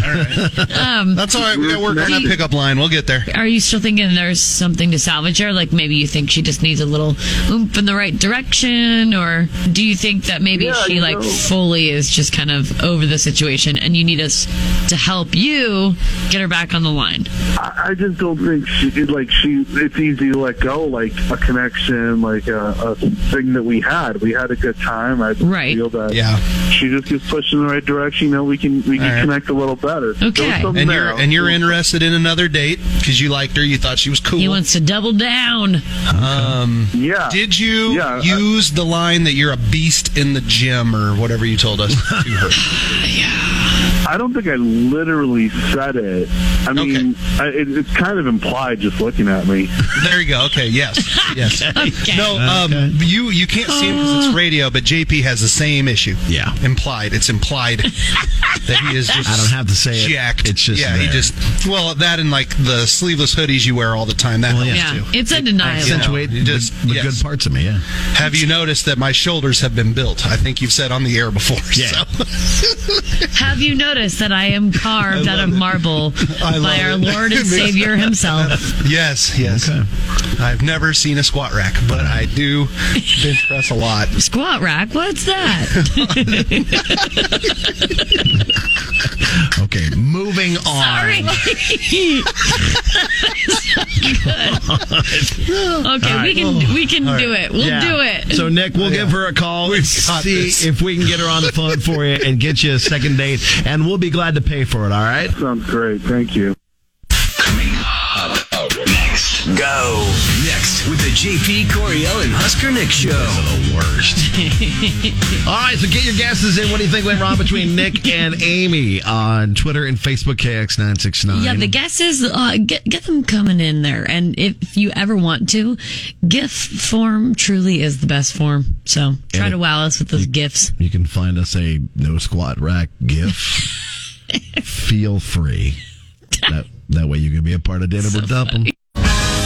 Speaker 11: All right.
Speaker 15: Um,
Speaker 11: That's all right. We got to work on that pickup line. We'll get there.
Speaker 15: Are you still thinking there's something to salvage there? Like maybe you think she just needs a little oomph in the right direction, or do you think that maybe
Speaker 10: Yeah,
Speaker 15: she
Speaker 10: you
Speaker 15: like
Speaker 10: know.
Speaker 15: fully is just kind of over the situation, and you need us to help you get her back on the line?
Speaker 10: I, I just don't think she it- like she. It's easy to let go, like a connection, like a, a thing that we had. We had a good time. I feel that.
Speaker 11: Yeah.
Speaker 10: She just gets pushed in the right direction. You know, we can we can connect a little better. There was something
Speaker 11: And
Speaker 10: there.
Speaker 11: you're and you're interested in another date because you liked her. You thought she was cool.
Speaker 15: He wants to double down.
Speaker 11: Um,
Speaker 10: yeah.
Speaker 11: Did you use the line that you're a beast in the gym or whatever you told us to her?
Speaker 10: I don't think I literally said it. I mean, I, it, it's kind of implied just looking at me.
Speaker 11: There you go. Okay. Yes. Yes.
Speaker 10: Okay.
Speaker 11: No. Um. You you can't see him because it's radio, but JP has the same issue. Yeah. Implied. It's implied that he is just.
Speaker 9: I don't have to say it.
Speaker 11: jacked.
Speaker 9: It's just
Speaker 11: yeah. He
Speaker 9: there.
Speaker 11: just well that and like the sleeveless hoodies you wear all the time. That helps
Speaker 15: yeah,
Speaker 11: too.
Speaker 15: it's undeniable.
Speaker 11: accentuate just, the good
Speaker 9: parts of me. Yeah.
Speaker 11: Have you noticed that my shoulders have been built? I think you've said on the air before. Yeah.
Speaker 15: Have you noticed that I am carved out of marble by our
Speaker 11: it.
Speaker 15: Lord and Savior himself?
Speaker 11: yes. Yes. I've never seen a squat rack, but I do bench press a lot.
Speaker 15: Squat rack? What's that?
Speaker 9: Okay, moving on.
Speaker 15: Sorry. okay,
Speaker 9: All
Speaker 15: we
Speaker 9: right.
Speaker 15: can we can
Speaker 9: All
Speaker 15: do
Speaker 9: right.
Speaker 15: it. We'll
Speaker 9: Yeah.
Speaker 15: do it.
Speaker 9: So Nick, Oh, we'll give her a call.
Speaker 11: We've got
Speaker 9: see
Speaker 11: this.
Speaker 9: if we can get her on the phone for you and get you a second date great, and we'll be glad to pay for it. All right.
Speaker 17: Sounds great. Thank you.
Speaker 1: Coming up next. Go next with the JP Coriel and Husker Nick show. the worst.
Speaker 9: All right, so get your guesses in. What do you think went wrong between Nick and Amy on Twitter and Facebook KX969?
Speaker 18: Yeah, the guesses, uh, get, get them coming in there. And if you ever want to, GIF form truly is the best form. So try
Speaker 9: And
Speaker 18: to wow us with those GIFs.
Speaker 9: You can find us a no squat rack GIF. Feel free. That, that way you can be a part of Dinner with Dumpum.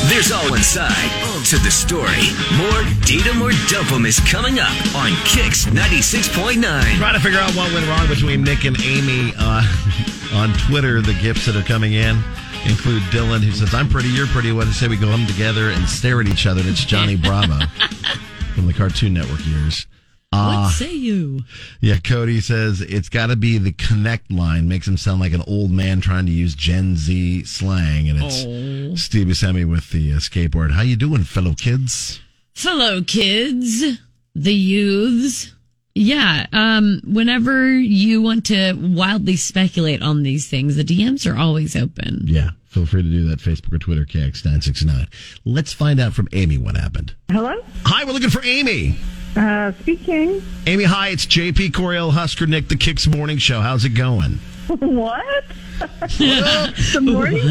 Speaker 1: There's all one side to the story. More Datum or Dumpum is coming up on Kix 96.9.
Speaker 9: Try to figure out what went wrong between Nick and Amy uh, on Twitter. The gifts that are coming in include Dylan, who says, I'm pretty, you're pretty. What do you say we go home together and stare at each other? And it's Johnny Bravo from the Cartoon Network years. Uh,
Speaker 18: what say you?
Speaker 9: yeah, Cody says, it's got to be the connect line. Makes him sound like an old man trying to use Gen Z slang. And it's
Speaker 18: Oh.
Speaker 9: Steve Buscemi with the uh, skateboard. How you doing, fellow kids?
Speaker 18: Fellow kids, the youths. Yeah, um, whenever you want to wildly speculate on these things, the DMs are always open.
Speaker 9: Yeah, feel free to do that. Facebook or Twitter, KX969. Let's find out from Amy what happened.
Speaker 10: Hello?
Speaker 9: Hi, we're looking for Amy.
Speaker 10: Uh, speaking.
Speaker 9: Amy, hi, it's JP Coriel Husker Nick, the Kicks Morning Show. How's it going?
Speaker 10: what? Good morning.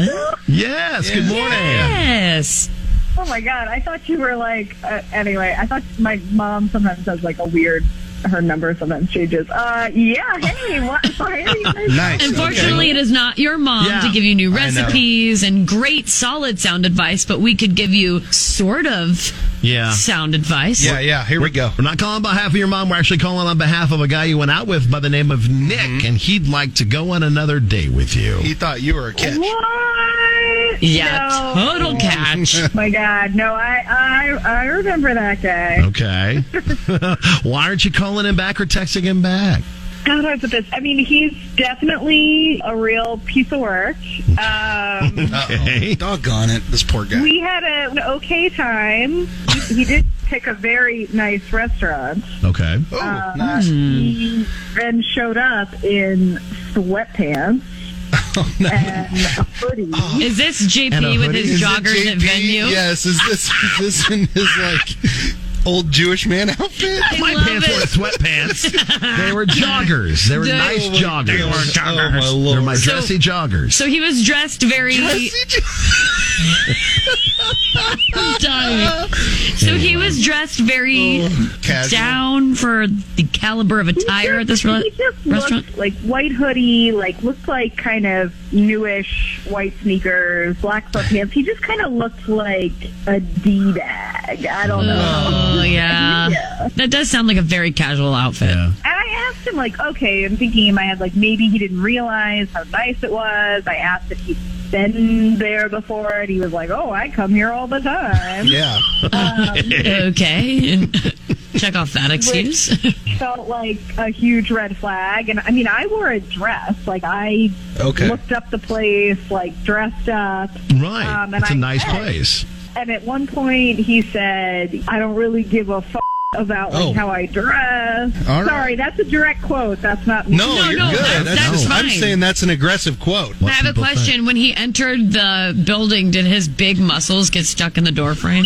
Speaker 9: Yes, good morning.
Speaker 18: Yes.
Speaker 10: Oh my god, I thought you were like. Uh, anyway, I thought my mom sometimes does like a weird. Her number sometimes changes. Uh, yeah. Hey, what? Sorry.
Speaker 18: Unfortunately, it is not your mom
Speaker 10: Yeah.
Speaker 18: to give you new
Speaker 10: I know.
Speaker 18: recipes and great solid sound advice, but we could give you sort of
Speaker 10: Uh.
Speaker 9: Yeah.
Speaker 18: sound advice.
Speaker 9: Here we go. We're not calling on behalf of your mom. We're actually calling on behalf of a guy you went out with by the name of Nick,
Speaker 10: Mm-hmm.
Speaker 9: and he'd like to go on another date with you.
Speaker 11: He thought you were a catch.
Speaker 10: What?
Speaker 11: Yeah,
Speaker 10: No.
Speaker 11: total catch.
Speaker 10: my god, no, I, I, I remember that guy.
Speaker 9: Okay. Why aren't you calling him back or texting him back?
Speaker 10: God, how do I put this? I mean, he's definitely a real piece of work. Um,
Speaker 9: Okay.
Speaker 11: Doggone it, this poor guy.
Speaker 10: we had a, an okay time. He, he did pick a very nice restaurant.
Speaker 9: Okay.
Speaker 11: Oh.
Speaker 10: Uh, He then showed up in sweatpants. And a hoodie.
Speaker 18: Is this JP Uh, with his joggers at venue?
Speaker 11: Yes, is this is this in his like old Jewish man outfit?
Speaker 18: I My love pants it. weren't
Speaker 9: sweatpants. They were joggers. They were
Speaker 18: Dude.
Speaker 11: Oh,
Speaker 9: nice joggers.
Speaker 11: They were joggers.
Speaker 9: Oh, my Lord. They're my
Speaker 18: So-
Speaker 9: dressy joggers.
Speaker 18: So he was dressed very. I'm dying. So he was dressed
Speaker 10: Oh.
Speaker 18: very
Speaker 10: casual.
Speaker 18: down for the caliber of attire at this re-
Speaker 10: He just
Speaker 18: restaurant.
Speaker 10: looked like white hoodie, like looked like kind of newish white sneakers, black sweatpants. He just kind of looked like a d bag. I don't know.
Speaker 18: Oh yeah, that does sound like a very casual outfit.
Speaker 10: And I asked him, like, okay, I'm thinking in my head, like, maybe he didn't realize how nice it was. I asked if he'd been there before, and he was like, oh, I come here all the time.
Speaker 11: Yeah.
Speaker 18: okay. Check off that excuse.
Speaker 10: Which felt like a huge red flag. And I mean, I wore a dress. Like, I
Speaker 9: Okay.
Speaker 10: looked up the place, like, dressed up.
Speaker 9: Right.
Speaker 10: Um, and
Speaker 9: it's a
Speaker 10: I
Speaker 9: nice
Speaker 10: said-
Speaker 9: place.
Speaker 10: And at one point, he said, "I don't really give a f- about like
Speaker 9: Oh.
Speaker 10: how I dress."
Speaker 11: All right.
Speaker 10: Sorry, that's a direct quote. That's not me.
Speaker 11: No, you're good. I'm saying that's an aggressive quote.
Speaker 18: I have a question. When he entered the building, did his big muscles get stuck in the door frame?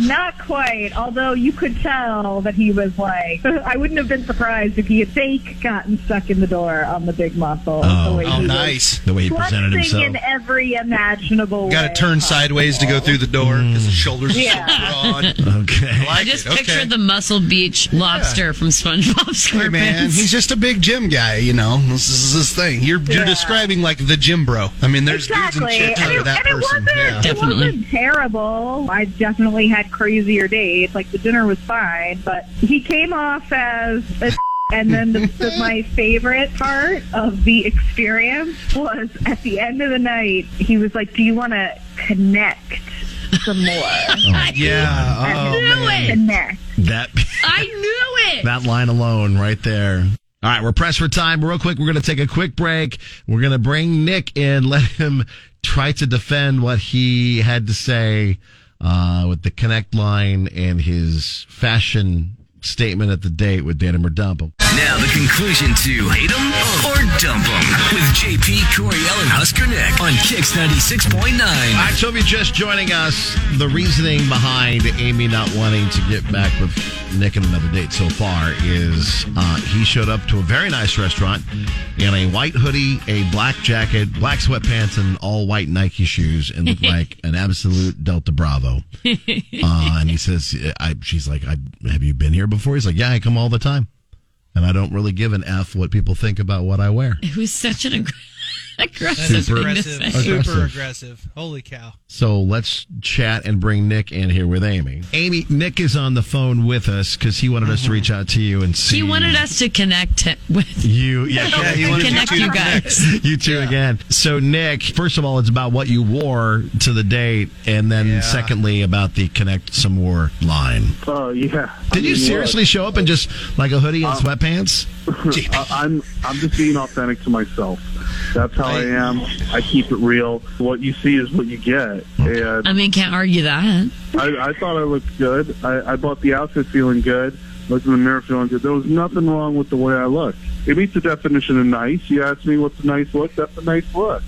Speaker 10: Not quite. Although you could tell that he was like, I wouldn't have been surprised if he had fake gotten stuck in the door on the big muscle. the
Speaker 11: Oh,
Speaker 10: way he was
Speaker 9: The way he
Speaker 10: flexing
Speaker 9: Oh. presented himself.
Speaker 10: in every imaginable
Speaker 11: Got
Speaker 10: way.
Speaker 11: to turn sideways to go through the door because his shoulders
Speaker 10: Yeah.
Speaker 11: are so broad.
Speaker 9: Okay.
Speaker 11: like
Speaker 18: I just
Speaker 11: it. Okay.
Speaker 18: pictured the Muscle Beach lobster from SpongeBob SquarePants.
Speaker 11: Hey man, he's just a big gym guy, you know. This is his thing. You're, you're
Speaker 10: Yeah.
Speaker 11: describing like the gym bro. I mean, there's
Speaker 10: Exactly.
Speaker 11: dudes and chicks
Speaker 10: And
Speaker 11: that
Speaker 10: it-
Speaker 11: are that
Speaker 10: and it
Speaker 11: person.
Speaker 10: wasn't-
Speaker 11: yeah.
Speaker 10: It wasn't terrible. I definitely had crazier dates. Like the dinner was fine, but he came off as a and then the, the, my favorite part of the experience was at the end of the night, he was like, "Do you want to connect some more?"
Speaker 9: yeah.
Speaker 10: I
Speaker 9: Oh,
Speaker 10: knew
Speaker 9: man.
Speaker 10: it. Connect.
Speaker 9: That
Speaker 18: I knew it.
Speaker 9: that line alone right there. All right, we're pressed for time. Real quick, we're going to take a quick break. We're going to bring Nick in, let him try to defend what he had to say uh, with the connect line and his fashion statement at the date with Dan and Dump.
Speaker 1: Now the conclusion to hate them or dump them with JP Coriel and Husker Nick on Kicks ninety six point nine.
Speaker 9: All right, so if you're just joining us, the reasoning behind Amy not wanting to get back with Nick on another date so far is uh, he showed up to a very nice restaurant in a white hoodie, a black jacket, black sweatpants, and all white Nike shoes, and looked like an absolute Delta Bravo. Uh, and he says, I, "She's like, I, have you been here before?" He's like, "Yeah, I come all the time." And I don't really give an f what people think about what I wear.
Speaker 19: It was such an aggr- aggressive.
Speaker 20: That's
Speaker 9: Super
Speaker 20: aggressive.
Speaker 9: aggressive.
Speaker 20: Super aggressive. Holy cow.
Speaker 9: So let's chat and bring Nick in here with Amy. Amy, Nick is on the phone with us because he wanted us to reach out to you and see.
Speaker 19: He wanted us to connect him with
Speaker 9: you. Yeah,
Speaker 19: Yeah, he wanted you Connect two to you connect.
Speaker 9: you two again. So Nick, first of all, it's about what you wore to the date, and then
Speaker 14: Yeah.
Speaker 9: secondly about the connect some more line.
Speaker 14: Oh yeah. I
Speaker 9: Did you
Speaker 14: mean,
Speaker 9: seriously
Speaker 14: look,
Speaker 9: show up in just like a hoodie and
Speaker 14: Um,
Speaker 9: sweatpants?
Speaker 14: I, Uh, I'm I'm just being authentic to myself. That's how I, am. I keep it real. What you see is what you get. And
Speaker 19: I mean, can't argue that.
Speaker 14: I, I thought I looked good. I, I bought the outfit feeling good. Looked in the mirror feeling good. There was nothing wrong with the way I looked. It meets the definition of nice. You asked me what's a nice look. That's a nice look.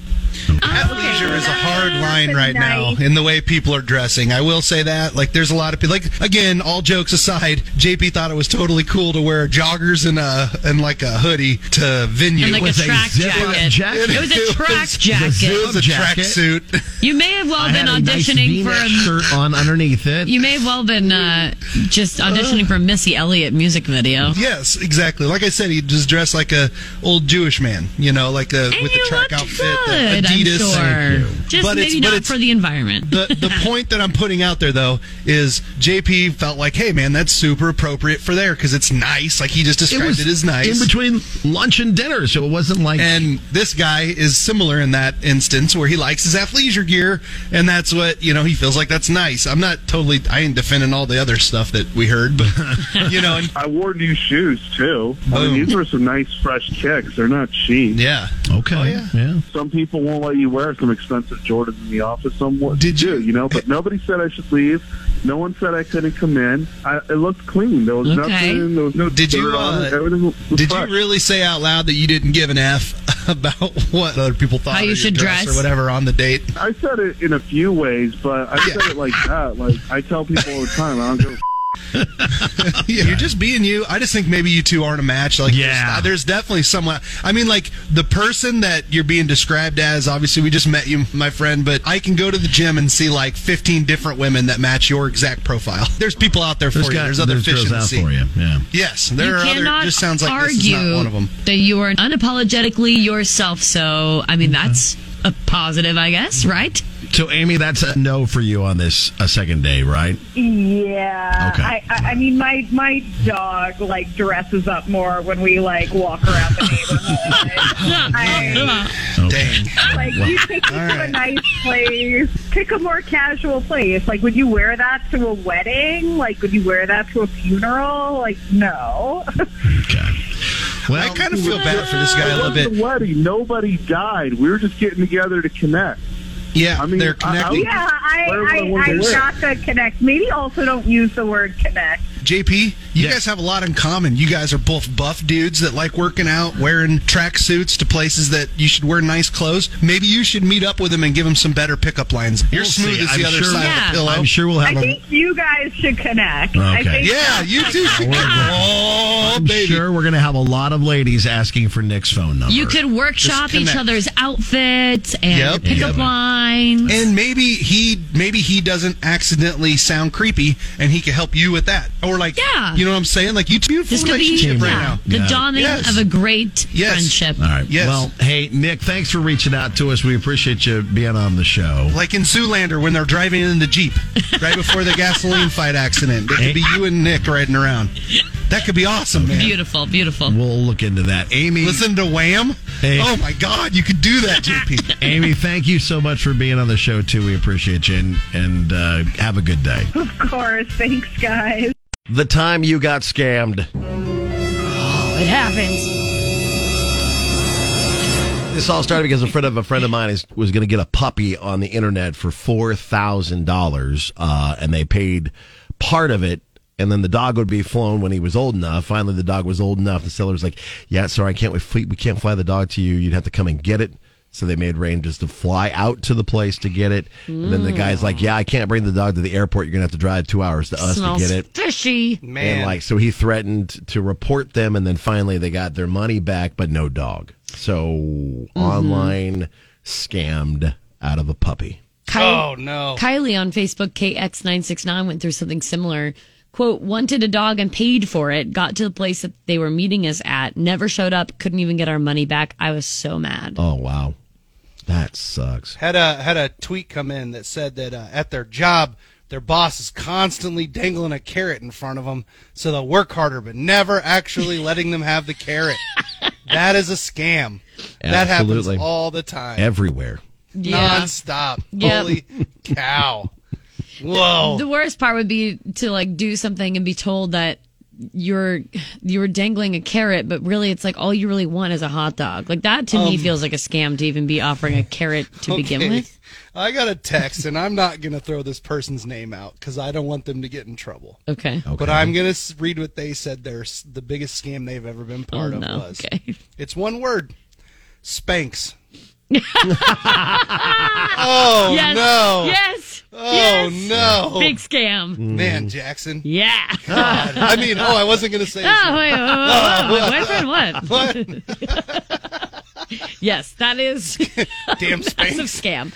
Speaker 11: Athleisure is a hard line right now in the way people are dressing. I will say that. Like, there's a lot of people. Like, again, all jokes aside, JP thought it was totally cool to wear joggers and a and like a hoodie to venue.
Speaker 19: And like a track jacket. It was a track jacket.
Speaker 11: It was a track suit.
Speaker 19: You may have well
Speaker 9: I
Speaker 19: been
Speaker 9: had a nice
Speaker 19: auditioning for
Speaker 9: V-neck
Speaker 19: a.
Speaker 9: shirt on underneath it.
Speaker 19: You may have well been uh, just auditioning for a Missy Elliott music video.
Speaker 11: Yes, exactly. Like I said, he just dressed like a old Jewish man. You know, like a with the track outfit, the
Speaker 19: Good, I'm
Speaker 11: Adidas.
Speaker 19: sure. Just
Speaker 11: But it's-
Speaker 19: maybe
Speaker 11: but
Speaker 19: not
Speaker 11: it's-
Speaker 19: for the environment.
Speaker 11: the the point that I'm putting out there though is JP felt like, hey man, that's super appropriate for there because it's nice. Like he just described it,
Speaker 9: was
Speaker 11: as nice
Speaker 9: in between lunch and dinner, so it wasn't like.
Speaker 11: And this guy is similar in that instance where he likes his athleisure gear, and that's what you know he feels like that's nice. I'm not totally I ain't defending all the other stuff that we heard, but you know. And,
Speaker 14: I wore new shoes too. I mean, these were some nice fresh kicks. They're not cheap.
Speaker 11: Yeah.
Speaker 19: Oh,
Speaker 9: Okay. yeah.
Speaker 14: Some people won't let you wear some expensive Jordans in the office. Some will- did you, you know, but nobody said I should leave. No one said I couldn't come in. I, it looked clean. There was
Speaker 11: Okay.
Speaker 14: nothing. There was no
Speaker 11: Did you,
Speaker 14: dirt on it.
Speaker 11: uh,
Speaker 14: Everything was
Speaker 11: Did you
Speaker 14: fresh.
Speaker 11: really say out loud that you didn't give an f about what other people thought
Speaker 14: How
Speaker 11: of
Speaker 14: you
Speaker 11: your
Speaker 14: should
Speaker 11: dress
Speaker 14: dress?
Speaker 11: or whatever on the date?
Speaker 14: I said it in a few ways, but I said it like that. Like I tell people all the time, I don't give a
Speaker 11: You're just being you. I just think maybe you two aren't a match. Like, yeah, there's, there's definitely someone. I mean, like the person that you're being described as. Obviously, we just met you, my friend. But I can go to the gym and see like 15 different women that match your exact profile. There's people out there for
Speaker 9: There's
Speaker 11: you.
Speaker 9: got-
Speaker 11: there's other
Speaker 9: there's
Speaker 11: fish
Speaker 9: girls
Speaker 11: in the
Speaker 9: out
Speaker 11: sea.
Speaker 9: for you, yeah.
Speaker 11: Yes, there
Speaker 19: you
Speaker 11: are other.
Speaker 19: cannot
Speaker 11: Just sounds like
Speaker 19: argue
Speaker 11: this is not one of them.
Speaker 19: that you are unapologetically yourself. So, I mean, that's a positive, I guess, right?
Speaker 9: So, Amy, that's a no for you on this a second day, right?
Speaker 10: Yeah,
Speaker 9: Okay.
Speaker 10: I, I, I mean, my my dog like dresses up more when we like walk around the neighborhood. I,
Speaker 9: Dang.
Speaker 10: like you take me to a nice place, pick a more casual place. Like, would you wear that to a wedding? Like, would you wear that to a funeral? Like, no.
Speaker 9: Well,
Speaker 11: I kind of feel bad for this guy a little
Speaker 14: It
Speaker 11: bit.
Speaker 14: wasn't a wedding. Nobody died. We were just getting together to connect.
Speaker 11: Yeah,
Speaker 14: I mean,
Speaker 11: they're
Speaker 14: I- I
Speaker 11: connecting.
Speaker 14: would-
Speaker 10: yeah, I,
Speaker 14: Where would I
Speaker 10: I,
Speaker 14: want to
Speaker 10: I'm
Speaker 14: wear it?
Speaker 10: not gonna connect. Maybe also don't use the word connect.
Speaker 11: JP, you guys have a lot in common. You guys are both buff dudes that like working out, wearing track suits to places that you should wear nice clothes. Maybe you should meet up with him and give him some better pickup lines. You're
Speaker 9: We'll
Speaker 11: smooth
Speaker 9: see.
Speaker 11: as the
Speaker 9: I'm
Speaker 11: other
Speaker 9: sure-
Speaker 11: side
Speaker 9: Yeah.
Speaker 11: of the pillow.
Speaker 9: I'm sure we'll have
Speaker 10: I
Speaker 9: a-
Speaker 10: think you guys should connect. I
Speaker 9: Okay.
Speaker 10: think
Speaker 11: Yeah, you two should Oh,
Speaker 9: I'm sure we're going to have a lot of ladies asking for Nick's phone number.
Speaker 19: You could workshop each
Speaker 9: connect.
Speaker 19: other's outfits and
Speaker 11: Yep.
Speaker 19: pickup
Speaker 11: Yep.
Speaker 19: lines.
Speaker 11: And maybe he maybe he doesn't accidentally sound creepy, and he can help you with that. Or like,
Speaker 19: Yeah.
Speaker 11: you know what I'm saying? Like you two have a
Speaker 19: This could be
Speaker 11: relationship right
Speaker 19: yeah,
Speaker 11: now.
Speaker 19: the dawning
Speaker 11: Yes.
Speaker 19: of a great
Speaker 11: Yes.
Speaker 19: friendship.
Speaker 9: All right. Well, hey, Nick, thanks for reaching out to us. We appreciate you being on the show.
Speaker 11: Like in Zoolander when they're driving in the Jeep right before the gasoline fight accident. It could be you and Nick riding around. That could be awesome, man.
Speaker 19: Beautiful, beautiful.
Speaker 9: We'll look into that. Amy.
Speaker 11: Listen to Wham.
Speaker 9: Hey.
Speaker 11: Oh my God, you could do that, JP.
Speaker 9: Amy, thank you so much for being on the show, too. We appreciate you and, and uh, have a good day.
Speaker 10: Of course. Thanks, guys.
Speaker 9: The time you got scammed.
Speaker 21: Oh, it happens.
Speaker 9: This all started because a friend of a friend of mine is, was going to get a puppy on the internet for four thousand uh, dollars, and they paid part of it And then the dog would be flown when he was old enough. Finally, the dog was old enough. The seller was like, "Yeah, sorry, I can't. We, fle- we can't fly the dog to you. You'd have to come and get it." So they made arrangements to fly out to the place to get it. And then the guy's
Speaker 21: Mm.
Speaker 9: like, "Yeah, I can't bring the dog to the airport. You're gonna have to drive two hours to us
Speaker 19: Smells
Speaker 9: to get it."
Speaker 19: fishy.
Speaker 9: And like so he threatened to report them and then finally they got their money back but no dog. So
Speaker 19: Mm-hmm.
Speaker 9: online scammed out of a puppy.
Speaker 20: Oh, no.
Speaker 19: Kylie on Facebook, KX969, went through something similar. Quote, wanted a dog and paid for it, got to the place that they were meeting us at, never showed up, couldn't even get our money back. I was so mad.
Speaker 9: Oh wow. That sucks.
Speaker 20: Had a had a tweet come in that said that uh, at their job, their boss is constantly dangling a carrot in front of them, so they'll work harder, but never actually letting them have the carrot. that is a scam. That happens
Speaker 9: Absolutely.
Speaker 20: all the time,
Speaker 9: Everywhere.
Speaker 19: Yeah.
Speaker 20: nonstop.
Speaker 19: Yep.
Speaker 20: Holy cow! Whoa.
Speaker 19: The worst part would be to like do something and be told that you're you're dangling a carrot, but really it's like all you really want is a hot dog. Like that to me
Speaker 20: Um,
Speaker 19: feels like a scam to even be offering a carrot to begin
Speaker 20: Okay.
Speaker 19: with.
Speaker 20: I got a text, and I'm not going to throw this person's name out because I don't want them to get in trouble.
Speaker 19: Okay.
Speaker 20: But I'm going to read what they said their, s- the biggest scam they've ever been part
Speaker 19: Oh,
Speaker 20: of
Speaker 19: no.
Speaker 20: was. It's one word Spanx.
Speaker 19: oh yes.
Speaker 20: no.
Speaker 19: Yes.
Speaker 20: Oh,
Speaker 19: Yes.
Speaker 20: no.
Speaker 19: Big scam.
Speaker 20: Man, Jackson.
Speaker 19: Yeah.
Speaker 20: God. I mean, oh, I wasn't going to say his
Speaker 19: Oh,
Speaker 20: name.
Speaker 19: wait, wait, wait, wait, wait,
Speaker 20: What?
Speaker 19: boyfriend, what? yes, that is
Speaker 20: damn
Speaker 19: that's a scam.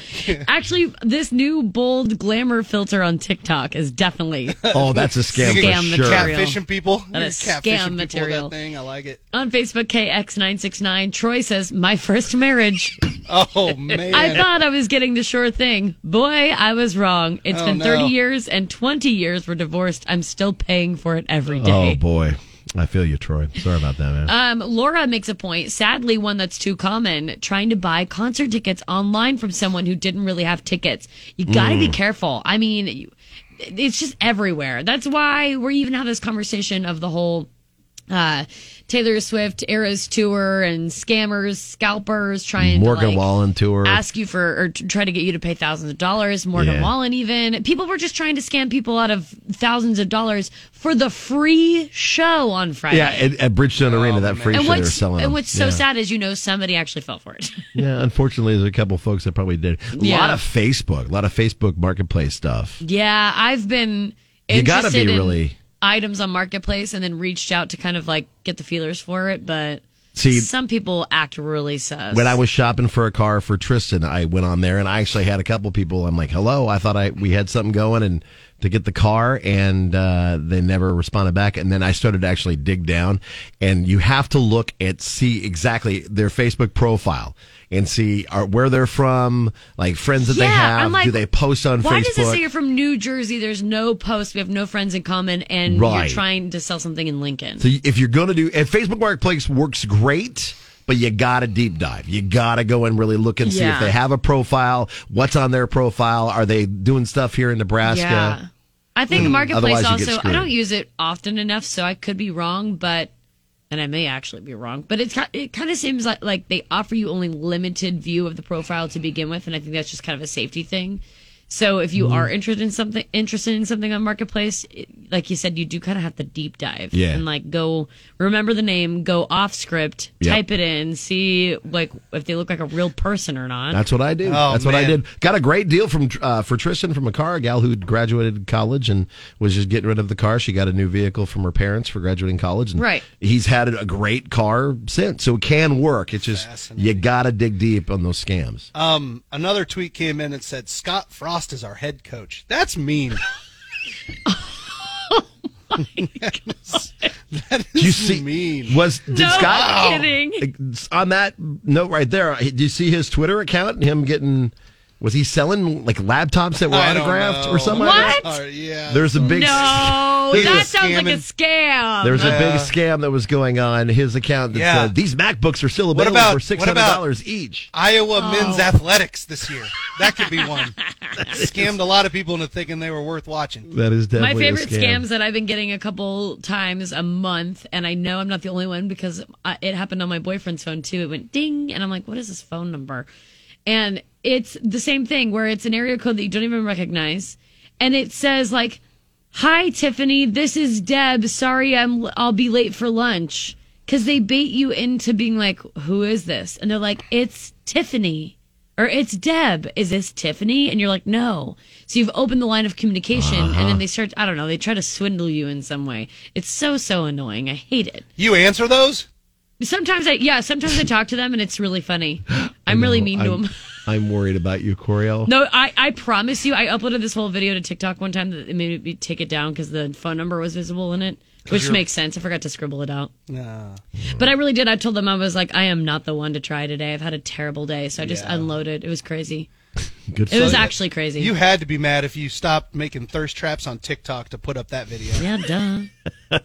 Speaker 19: Actually, this new bold glamour filter on TikTok is definitely
Speaker 9: Oh, that's a scam, for
Speaker 19: Scam
Speaker 9: sure.
Speaker 19: material.
Speaker 20: Catfishing people.
Speaker 19: That
Speaker 20: You're
Speaker 19: is
Speaker 20: catfishing
Speaker 19: scam
Speaker 20: people with
Speaker 19: material.
Speaker 20: That thing. I like it.
Speaker 19: on Facebook KX969. Troy says, "My first marriage.
Speaker 20: Oh, man.
Speaker 19: I thought I was getting the sure thing. Boy, I was wrong. It's
Speaker 20: Oh,
Speaker 19: been
Speaker 20: no.
Speaker 19: 30 years and 20 years we're divorced. I'm still paying for it every
Speaker 9: Oh
Speaker 19: day."
Speaker 9: boy. I feel you, Troy. Sorry about that, man.
Speaker 19: Um, Laura makes a point. Sadly, one that's too common: trying to buy concert tickets online from someone who didn't really have tickets. You got to be
Speaker 22: Mm.
Speaker 19: careful. I mean, you- it's just everywhere. That's why we're even having this conversation of the whole uh, Taylor Swift Eras tour and scammers, scalpers trying
Speaker 9: Morgan
Speaker 19: to like,
Speaker 9: Wallen tour.
Speaker 19: ask you for or t- try to get you to pay thousands of dollars. Morgan
Speaker 9: Yeah.
Speaker 19: Wallen, even people were just trying to scam people out of thousands of dollars for the free show on Friday.
Speaker 9: Yeah, at, at Bridgestone Arena, that free
Speaker 19: Oh, and
Speaker 9: show they were
Speaker 19: what's,
Speaker 9: selling.
Speaker 19: and
Speaker 9: them.
Speaker 19: what's so
Speaker 9: Yeah.
Speaker 19: sad is you know somebody actually fell for it.
Speaker 9: Yeah, unfortunately, there's a couple folks that probably did. A
Speaker 19: Yeah.
Speaker 9: lot of Facebook, a lot of Facebook marketplace stuff.
Speaker 19: yeah, I've been
Speaker 9: You gotta
Speaker 19: interested
Speaker 9: be
Speaker 19: in
Speaker 9: really-
Speaker 19: items on marketplace and then reached out to kind of like get the feelers for it, but
Speaker 9: See-
Speaker 19: some people act really sus.
Speaker 9: When I was shopping for a car for Tristan, I went on there and I actually had a couple people. I'm like, "Hello, I thought I we had something going and to get the car," and uh, they never responded back. And then I started to actually dig down, and you have to look at see exactly their Facebook profile and see are, where they're from, like friends that they
Speaker 19: Yeah, I'm
Speaker 9: have.
Speaker 19: like,
Speaker 9: do they post on
Speaker 19: why
Speaker 9: Facebook?
Speaker 19: does it say you're from New Jersey? There's no posts. We have no friends in common, and you're
Speaker 9: Right.
Speaker 19: trying to sell something in Lincoln.
Speaker 9: So you- if you're going to do, and Facebook Marketplace works great, but you got to deep dive. You got to go and really look and see
Speaker 19: Yeah.
Speaker 9: if they have a profile. What's on their profile? Are they doing stuff here in Nebraska?
Speaker 19: Yeah. I think
Speaker 9: Mm.
Speaker 19: Marketplace
Speaker 9: Otherwise you get
Speaker 19: also, I
Speaker 9: screwed.
Speaker 19: don't use it often enough, so I could be wrong, but, and I may actually be wrong, but it's, ki- it kind of seems like, like they offer you only limited view of the profile to begin with, and I think that's just kind of a safety thing. So if you
Speaker 9: Hmm.
Speaker 22: Mm.
Speaker 19: are interested in something, interested in something on Marketplace, it, like you said, you do kind of have to deep dive
Speaker 22: Yeah.
Speaker 19: and like go remember the name, go off script,
Speaker 9: Yep.
Speaker 19: type it in, see like if they look like a real person or not.
Speaker 9: That's what I do. That's what I did. Got a great deal from uh, for Tristan from a car a gal who graduated college and was just getting rid of the car. She got a new vehicle from her parents for graduating college. And
Speaker 19: Right.
Speaker 9: He's had a great car since, so it can work. It's just you got to dig deep on those scams.
Speaker 20: Um, another tweet came in and said Scott Frost is our head coach. That's mean.
Speaker 9: Do you see? Was did
Speaker 20: No
Speaker 9: Scott
Speaker 20: kidding.
Speaker 9: on that note right there? Do you see his Twitter account? and Him getting was he selling like laptops that were
Speaker 20: I don't
Speaker 9: autographed
Speaker 20: know.
Speaker 9: or something? Like that?
Speaker 20: Or, yeah.
Speaker 9: There's a big
Speaker 19: No,
Speaker 9: there's
Speaker 19: that
Speaker 9: a
Speaker 19: sounds like a
Speaker 9: scamming-
Speaker 19: scam.
Speaker 9: There was a big scam that was going on. His account that
Speaker 20: Yeah.
Speaker 9: said these MacBooks are still
Speaker 20: What
Speaker 9: available
Speaker 20: about
Speaker 9: for
Speaker 20: what
Speaker 9: six hundred
Speaker 20: about
Speaker 9: dollars each.
Speaker 20: Iowa
Speaker 9: Oh.
Speaker 20: men's athletics this year. That could be one. Scammed a lot of people into thinking they were worth watching.
Speaker 9: That is
Speaker 19: My
Speaker 9: definitely
Speaker 19: favorite
Speaker 9: a scam.
Speaker 19: scams that I've been getting a couple times a month, and I know I'm not the only one because I, it happened on my boyfriend's phone too. It went ding, and I'm like, "What is this phone number?" And it's the same thing where it's an area code that you don't even recognize, and it says like Hi, Tiffany. This is Deb. Sorry, I'm I'll be late for lunch because they bait you into being like, "Who is this?" And they're like, "It's Tiffany." Or it's Deb. Is this Tiffany? And you're like, no. So you've opened the line of communication, and
Speaker 9: Uh-huh.
Speaker 19: then they start. I don't know. They try to swindle you in some way. It's so so annoying. I hate it.
Speaker 20: You answer those?
Speaker 19: Sometimes I yeah. Sometimes I talk to them, and it's really funny. I'm really
Speaker 9: No,
Speaker 19: mean to
Speaker 9: I'm,
Speaker 19: them.
Speaker 9: I'm worried about you, Coriel.
Speaker 19: No, I, I promise you, I uploaded this whole video to TikTok one time that it made me take it down because the phone number was visible in it,
Speaker 20: 'Cause
Speaker 19: which
Speaker 20: you're-
Speaker 19: makes sense. I forgot to scribble it out.
Speaker 20: Nah.
Speaker 19: But I really did. I told them I was like, I am not the one to try today. I've had a terrible day. So I just
Speaker 20: Yeah.
Speaker 19: unloaded. It was crazy.
Speaker 9: Good
Speaker 19: it was
Speaker 20: for you.
Speaker 19: actually crazy.
Speaker 20: You had to be mad if you stopped making thirst traps on TikTok to put up that video.
Speaker 19: Yeah, duh.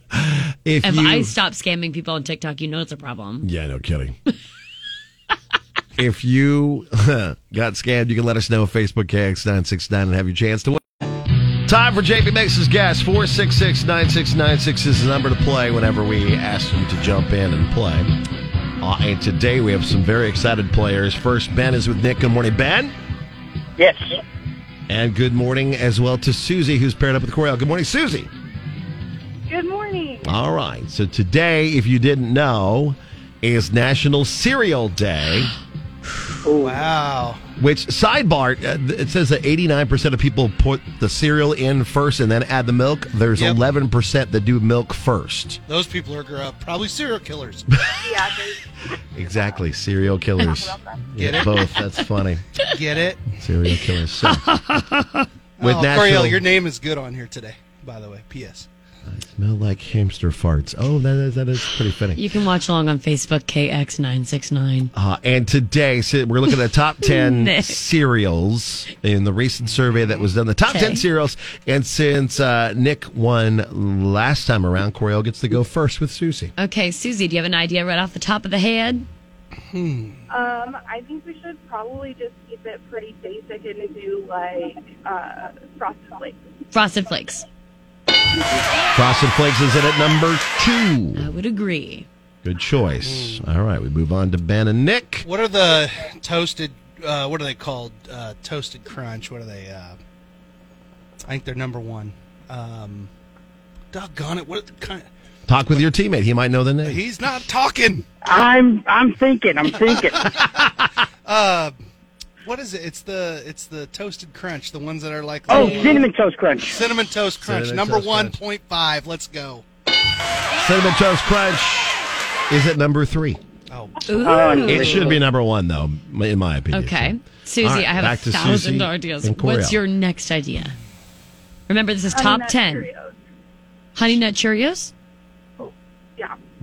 Speaker 9: If,
Speaker 19: If
Speaker 9: you,
Speaker 19: I stop scamming people on TikTok, you know it's a problem.
Speaker 9: yeah, no kidding. if you got scammed, you can let us know at Facebook KX969 and have your chance to win. Time for JP Mason's guess. 466 9696 is the number to play whenever we ask you to jump in and play. Uh, and today we have some very excited players. First, Ben is with Nick. Good morning, Ben.
Speaker 10: Yes.
Speaker 9: And good morning as well to Susie, who's paired up with Coriel. Good morning, Susie.
Speaker 10: Good morning.
Speaker 9: All right. So today, if you didn't know, is National Cereal Day.
Speaker 20: Wow.
Speaker 9: Which sidebar? uh, th- It says that eighty-nine percent of people put the cereal in first and then add the milk. There's
Speaker 20: Yep.
Speaker 9: eleven percent that do milk first.
Speaker 20: Those people are uh, probably serial killers.
Speaker 10: yeah.
Speaker 9: Exactly, cereal killers.
Speaker 20: Get
Speaker 9: Yeah,
Speaker 20: it?
Speaker 9: both. That's funny.
Speaker 20: Get it?
Speaker 9: Serial killers. So, with
Speaker 20: oh,
Speaker 9: national,
Speaker 20: Coriel, your name is good on here today, by the way. P.S.
Speaker 9: smell like hamster farts. Oh, that is that is pretty funny.
Speaker 19: You can watch along on Facebook, KX969.
Speaker 9: Uh, and today, so we're looking at the top 10
Speaker 19: Nick.
Speaker 9: cereals in the recent survey that was done. The top 10
Speaker 19: Okay.
Speaker 9: cereals. And since uh, Nick won last time around, Coriel gets to go first with Susie.
Speaker 19: Okay, Susie, do you have an idea right off the top of the head?
Speaker 10: Um, I think we should probably just keep it pretty basic and do like uh, frosted flakes.
Speaker 19: Frosted Flakes.
Speaker 9: Frosted Flakes is in at number two.
Speaker 19: I would agree.
Speaker 9: Good choice. All right, we move on to Ben and Nick.
Speaker 20: What are the toasted, uh, what are they called? Uh, toasted Crunch. What are they? Uh, I think they're number one. Um, doggone it. What kind
Speaker 9: Talk with your teammate. He might know the name.
Speaker 20: He's not talking.
Speaker 10: I'm I'm thinking. I'm thinking.
Speaker 20: uh, what is it? It's the it's the toasted crunch, the ones that are like uh,
Speaker 10: Oh,
Speaker 20: the-
Speaker 10: cinnamon toast crunch.
Speaker 20: Cinnamon toast crunch,
Speaker 9: Cinnamon
Speaker 20: number
Speaker 9: Toast
Speaker 20: one
Speaker 9: Crunch.
Speaker 20: point five. Let's go.
Speaker 9: Cinnamon Toast Crunch is at number three.
Speaker 20: Oh,
Speaker 19: Ooh.
Speaker 9: It should be number one, though, in my opinion.
Speaker 19: Okay.
Speaker 9: So-
Speaker 19: Susie,
Speaker 9: All right,
Speaker 19: I have
Speaker 9: back
Speaker 19: a
Speaker 9: to
Speaker 19: thousand
Speaker 9: Susie
Speaker 19: ideas.
Speaker 9: and
Speaker 19: What's
Speaker 9: Coriel.
Speaker 19: your next idea? Remember, this is top 10. Honey Nut Cheerios?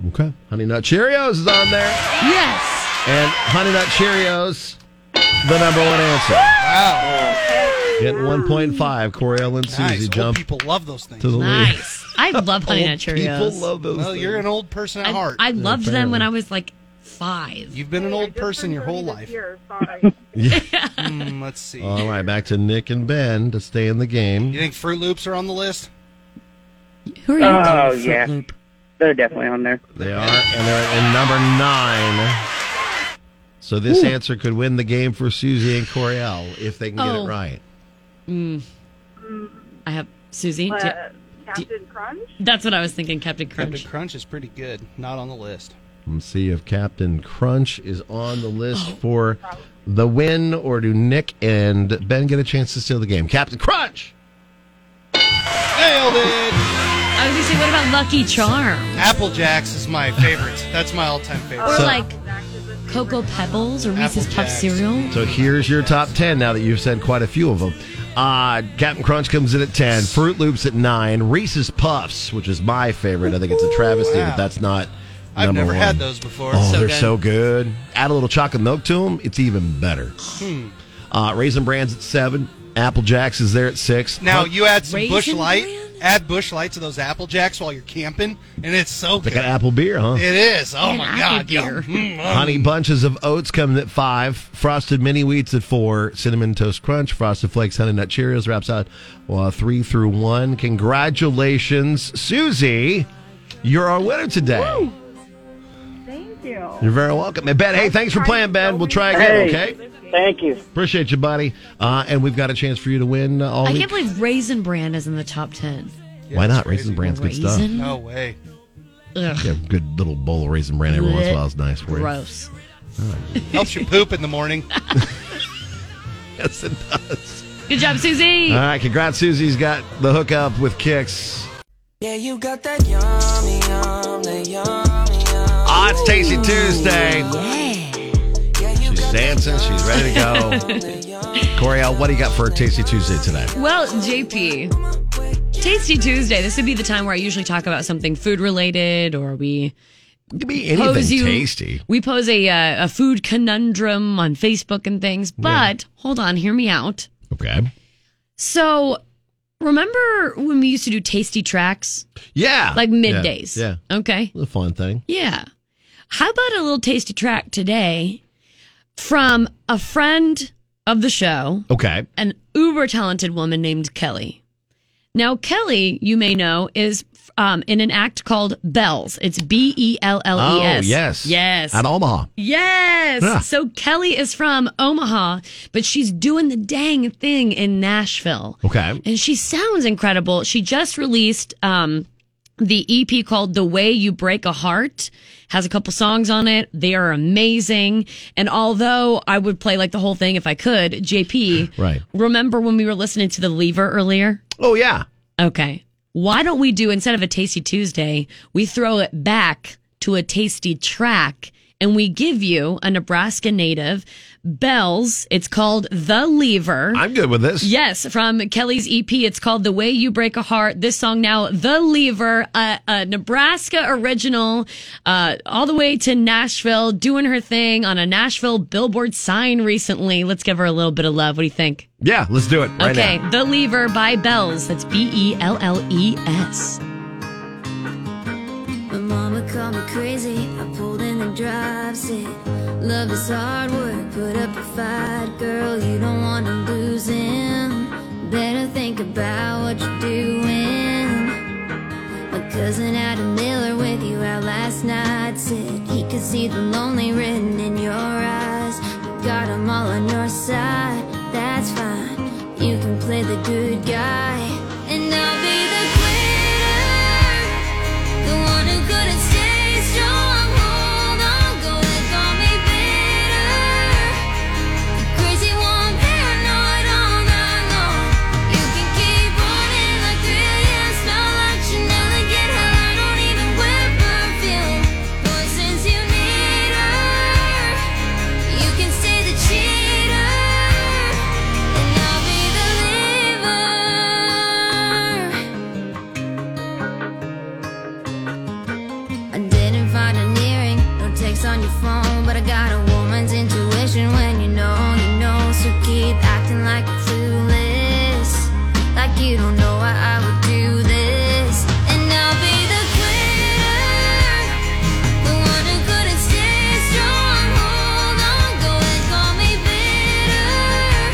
Speaker 9: Okay. Honey Nut Cheerios is on there.
Speaker 19: Yes.
Speaker 9: And Honey Nut Cheerios, the number one answer. Wow. Get 1.5. Coriel and Susie
Speaker 20: nice. Old
Speaker 9: jump
Speaker 20: people love those things.
Speaker 9: to the lead.
Speaker 19: Nice. I love Honey Nut
Speaker 9: Old
Speaker 19: Cheerios.
Speaker 9: people love those
Speaker 20: Well, you're an old person at
Speaker 19: I,
Speaker 20: heart.
Speaker 19: I loved them when I was like five.
Speaker 20: You've been an old person your whole life.
Speaker 10: Uh,
Speaker 20: Hmm, let's see.
Speaker 9: All right, back to Nick and Ben to stay in the game.
Speaker 20: You think Fruit Loops are on the list?
Speaker 19: Who
Speaker 10: Oh yeah, they're definitely on there.
Speaker 9: They are, and they're in number nine. So this
Speaker 10: Ooh.
Speaker 9: answer could win the game for Susie and Coriel if they can get
Speaker 19: Oh.
Speaker 9: it right.
Speaker 19: Mm. I have Susie. do you-
Speaker 20: Uh,
Speaker 10: Captain Crunch.
Speaker 19: that's what I was thinking, Captain Crunch.
Speaker 20: Captain Crunch is pretty good. Not on the list.
Speaker 9: Let's see if Captain Crunch is on the list for the win, or do Nick and Ben get a chance to steal the game? Captain Crunch!
Speaker 20: Nailed it.
Speaker 19: I was going to say, what about Lucky Charms?
Speaker 20: Apple Jacks is my favorite. That's my all-time favorite.
Speaker 19: Or like Cocoa Pebbles or Reese's Puff Cereal?
Speaker 9: So here's your top 10 now that you've said quite a few of them. Uh, Captain Crunch comes in at 10, Fruit Loops at 9, Reese's Puffs, which is my favorite. I think it's a travesty
Speaker 20: Wow.
Speaker 9: that that's not.
Speaker 20: I've
Speaker 9: number
Speaker 20: never
Speaker 9: one.
Speaker 20: had those before.
Speaker 9: Oh,
Speaker 20: So
Speaker 9: they're
Speaker 20: good.
Speaker 9: so good. Add a little chocolate milk to them, it's even better.
Speaker 20: Hmm.
Speaker 9: Uh, Raisin Brands at 7, Apple Jacks is there at 6.
Speaker 20: Now you add some Bush
Speaker 9: Raisin
Speaker 20: Light, add Bush Light to those Apple Jacks while you're camping, and it's so
Speaker 9: They
Speaker 20: good.
Speaker 9: got apple beer, huh?
Speaker 20: It is. Oh
Speaker 19: And
Speaker 20: my
Speaker 19: apple
Speaker 20: God.
Speaker 19: beer.
Speaker 20: yeah. Mm, mm.
Speaker 9: Honey bunches of oats coming at five. Frosted mini wheats at four. Cinnamon toast crunch. Frosted flakes. Honey nut Cheerios wraps out uh, three through one. Congratulations, Susie! You're our winner today.
Speaker 10: Thank you.
Speaker 9: You're very welcome. And Ben, hey, thanks for playing, Ben. We'll try again,
Speaker 10: Hey,
Speaker 9: okay?
Speaker 10: Thank you.
Speaker 9: Appreciate you, buddy. Uh, and we've got a chance for you to win uh, all
Speaker 19: I
Speaker 9: week.
Speaker 19: can't believe Raisin Bran is in the top 10.
Speaker 20: Yeah,
Speaker 9: Why not?
Speaker 20: it's crazy.
Speaker 9: Raisin bran's good stuff.
Speaker 20: Raisin? No way.
Speaker 9: Yeah, good little bowl of raisin bran every once in a while is nice for you.
Speaker 23: Gross.
Speaker 20: Helps you poop in the morning.
Speaker 9: yes, it does.
Speaker 23: Good job, Susie.
Speaker 9: All right, congrats, Susie's got the hookup with Kicks.
Speaker 24: Yeah, you got that yummy, yum, that yummy, yum.
Speaker 9: Ah, it's Tasty Tuesday. She's dancing. She's ready to go. Coriel, what do you got for Tasty Tuesday today?
Speaker 19: Well, JP, Tasty Tuesday. This would be the time where I usually talk about something food related, or we
Speaker 9: could be anything tasty.
Speaker 19: We pose a uh, a food conundrum on Facebook and things. But hold on, hear me out.
Speaker 9: Okay.
Speaker 19: So, remember when we used to do tasty tracks?
Speaker 9: Yeah.
Speaker 19: Like
Speaker 9: Yeah,
Speaker 19: middays.
Speaker 9: Yeah.
Speaker 19: Okay.
Speaker 9: A fun thing.
Speaker 19: Yeah. How about a little tasty track today from a friend of the show?
Speaker 9: Okay.
Speaker 19: an uber talented woman named Kelly. Now, Kelly, you may know, is um, in an act called Bells. It's B E L L E S.
Speaker 9: Oh, yes.
Speaker 19: Yes.
Speaker 9: At Omaha.
Speaker 19: Yes.
Speaker 9: Yeah.
Speaker 19: So Kelly is from Omaha, but she's doing the dang thing in Nashville.
Speaker 9: Okay.
Speaker 19: And she sounds incredible. She just released um, the EP called The Way You Break a Heart. Has a couple songs on it. They are amazing. And although I would play like the whole thing if I could, JP,
Speaker 9: Right.
Speaker 19: remember when we were listening to The Lever earlier?
Speaker 9: Oh, yeah.
Speaker 19: Okay. Why don't we do, instead of a Tasty Tuesday, we throw it back to a tasty track and we give you a Nebraska native, Bells. It's called The Lever.
Speaker 9: I'm good with this.
Speaker 19: Yes, from Kelly's EP. It's called The Way You Break a Heart. This song now, The Lever, a, a Nebraska original, uh, all the way to Nashville, doing her thing on a Nashville billboard sign recently. Let's give her a little bit of love. What do you think?
Speaker 9: Yeah, let's do it right
Speaker 19: okay,
Speaker 9: now.
Speaker 19: The Lever by Bells. That's B E L L E S.
Speaker 10: My mama called me crazy. I pulled in the drive, said, Love is hard work, put up a fight, girl. You don't want to lose him. Better think about what you're doing. My cousin Adam Miller with you out last night said he could see the lonely written in your eyes. You got him all on your side, that's fine. You can play the good guy, and I'll be the quitter. The one who couldn't stay strong, hold on, go and call me bitter. The crazy one, paranoid all night long. You can keep on in like three and smell like Chanel and get hell. I don't even wear perfume. Boy, since you need her, you can stay the cheater, and I'll be the lever. I didn't find an earring, no text on your phone, but I got a woman's intuition when you know, you know. So keep acting like you're clueless, like you don't know why I would do this. And I'll be the quitter, the one who couldn't stay strong. Hold on, go and call me bitter.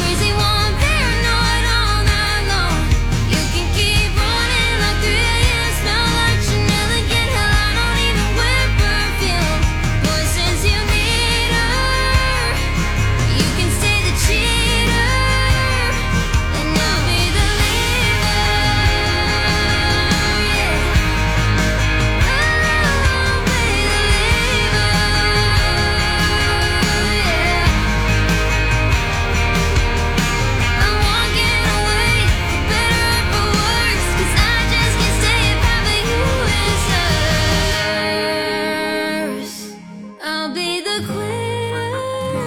Speaker 10: Crazy one, paranoid all night long. You can keep running like three and smell like Chanel and get hell. I don't even wear perfume. Boy, since you need her, you can stay the cheater, and I'll be the I'm walking away, for better or for worse, 'cause I just can't stay if having you is hers. I'll be the quitter,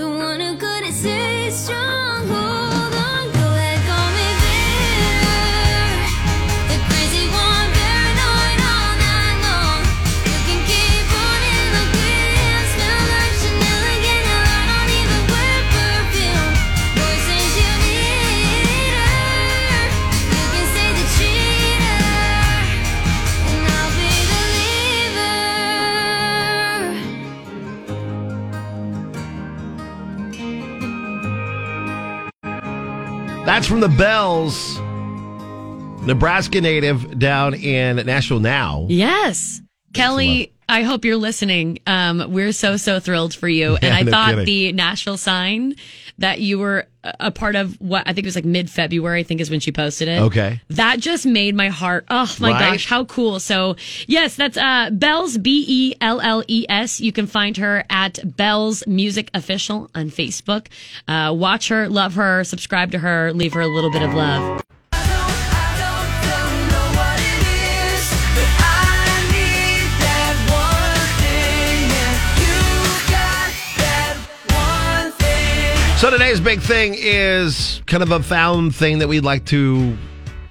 Speaker 10: the one who couldn't stay strong. Hold on, go ahead, call me bitter. The crazy one, paranoid all night long. You can keep on in the green, smell like Chanel and get hell. I don't even wear perfume. Boy, since you need her, you can stay the cheater, and I'll be the lever.
Speaker 9: That's from the Bells, Nebraska native down in Nashville now.
Speaker 19: Yes. Kelly, I hope you're listening. Um, we're so so thrilled for you. and
Speaker 25: Yeah,
Speaker 19: I
Speaker 25: no
Speaker 19: thought
Speaker 25: kidding.
Speaker 19: the Nashville sign that you were a a part of what I think it was like mid February. I think is when she posted it.
Speaker 9: Okay.
Speaker 19: That just made my heart. Oh my
Speaker 9: Right?
Speaker 19: gosh, how cool! So yes, that's uh, Bells B E L L E S. You can find her at Bells Music Official on Facebook. Uh, watch her, love her, subscribe to her, leave her a little bit of love.
Speaker 9: So today's big thing is kind of a found thing that we'd like to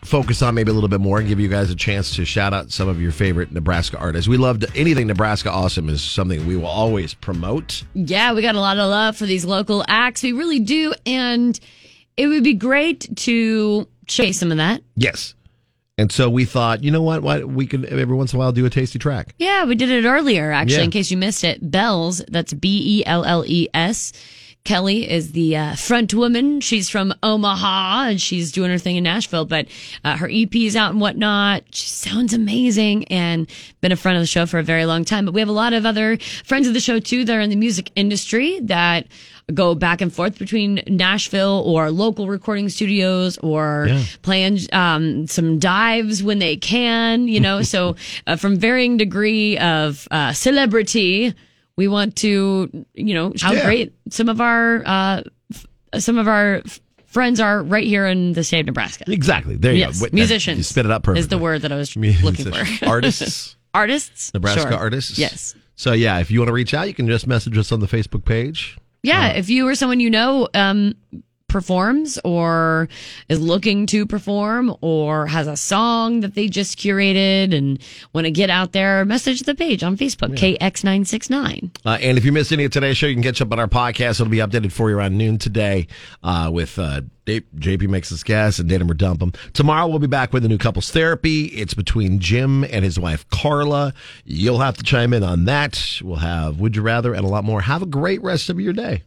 Speaker 9: focus on maybe a little bit more and give you guys a chance to shout out some of your favorite Nebraska artists. We loved anything Nebraska awesome is something we will always promote.
Speaker 19: Yeah, we got a lot of love for these local acts. We really do. And it would be great to showcase some of that.
Speaker 9: Yes. And so we thought, you know what? Why we could every once in a while do a tasty track.
Speaker 19: Yeah, we did it earlier, actually,
Speaker 9: Yeah.
Speaker 19: in case you missed it. Bells, that's B E L L E S. Kelly is the uh, front woman. She's from Omaha and she's doing her thing in Nashville, but uh, her EP is out and whatnot. She sounds amazing and been a friend of the show for a very long time. But we have a lot of other friends of the show too that are in the music industry that go back and forth between Nashville or local recording studios or
Speaker 26: Yeah.
Speaker 19: playing um, some dives when they can, you know. so, uh, from varying degree of uh, celebrity, we want to, you know, how
Speaker 27: Yeah.
Speaker 19: great some of our uh, f- some of our f- friends are right here in the state of Nebraska.
Speaker 9: Exactly. There you
Speaker 19: yes.
Speaker 9: go. Wait, that-
Speaker 19: Musicians.
Speaker 9: You spit it up
Speaker 19: Is
Speaker 9: perfectly.
Speaker 19: the word that I was looking for.
Speaker 9: Artists.
Speaker 19: artists.
Speaker 9: Nebraska
Speaker 19: Sure.
Speaker 9: artists.
Speaker 19: Yes.
Speaker 9: So yeah, if you want to reach out, you can just message us on the Facebook page.
Speaker 19: Yeah, if you or someone you know um, performs or is looking to perform or has a song that they just curated and want to get out there, message the page on Facebook, KX969.
Speaker 9: Uh, and if you missed any of today's show, you can catch up on our podcast. It'll be updated for you around noon today uh, with uh, Dave, JP Makes Us Guess and Datum or Dump 'Em. Tomorrow, we'll be back with a new couples therapy. It's between Jim and his wife, Carla. You'll have to chime in on that. We'll have Would You Rather and a lot more. Have a great rest of your day.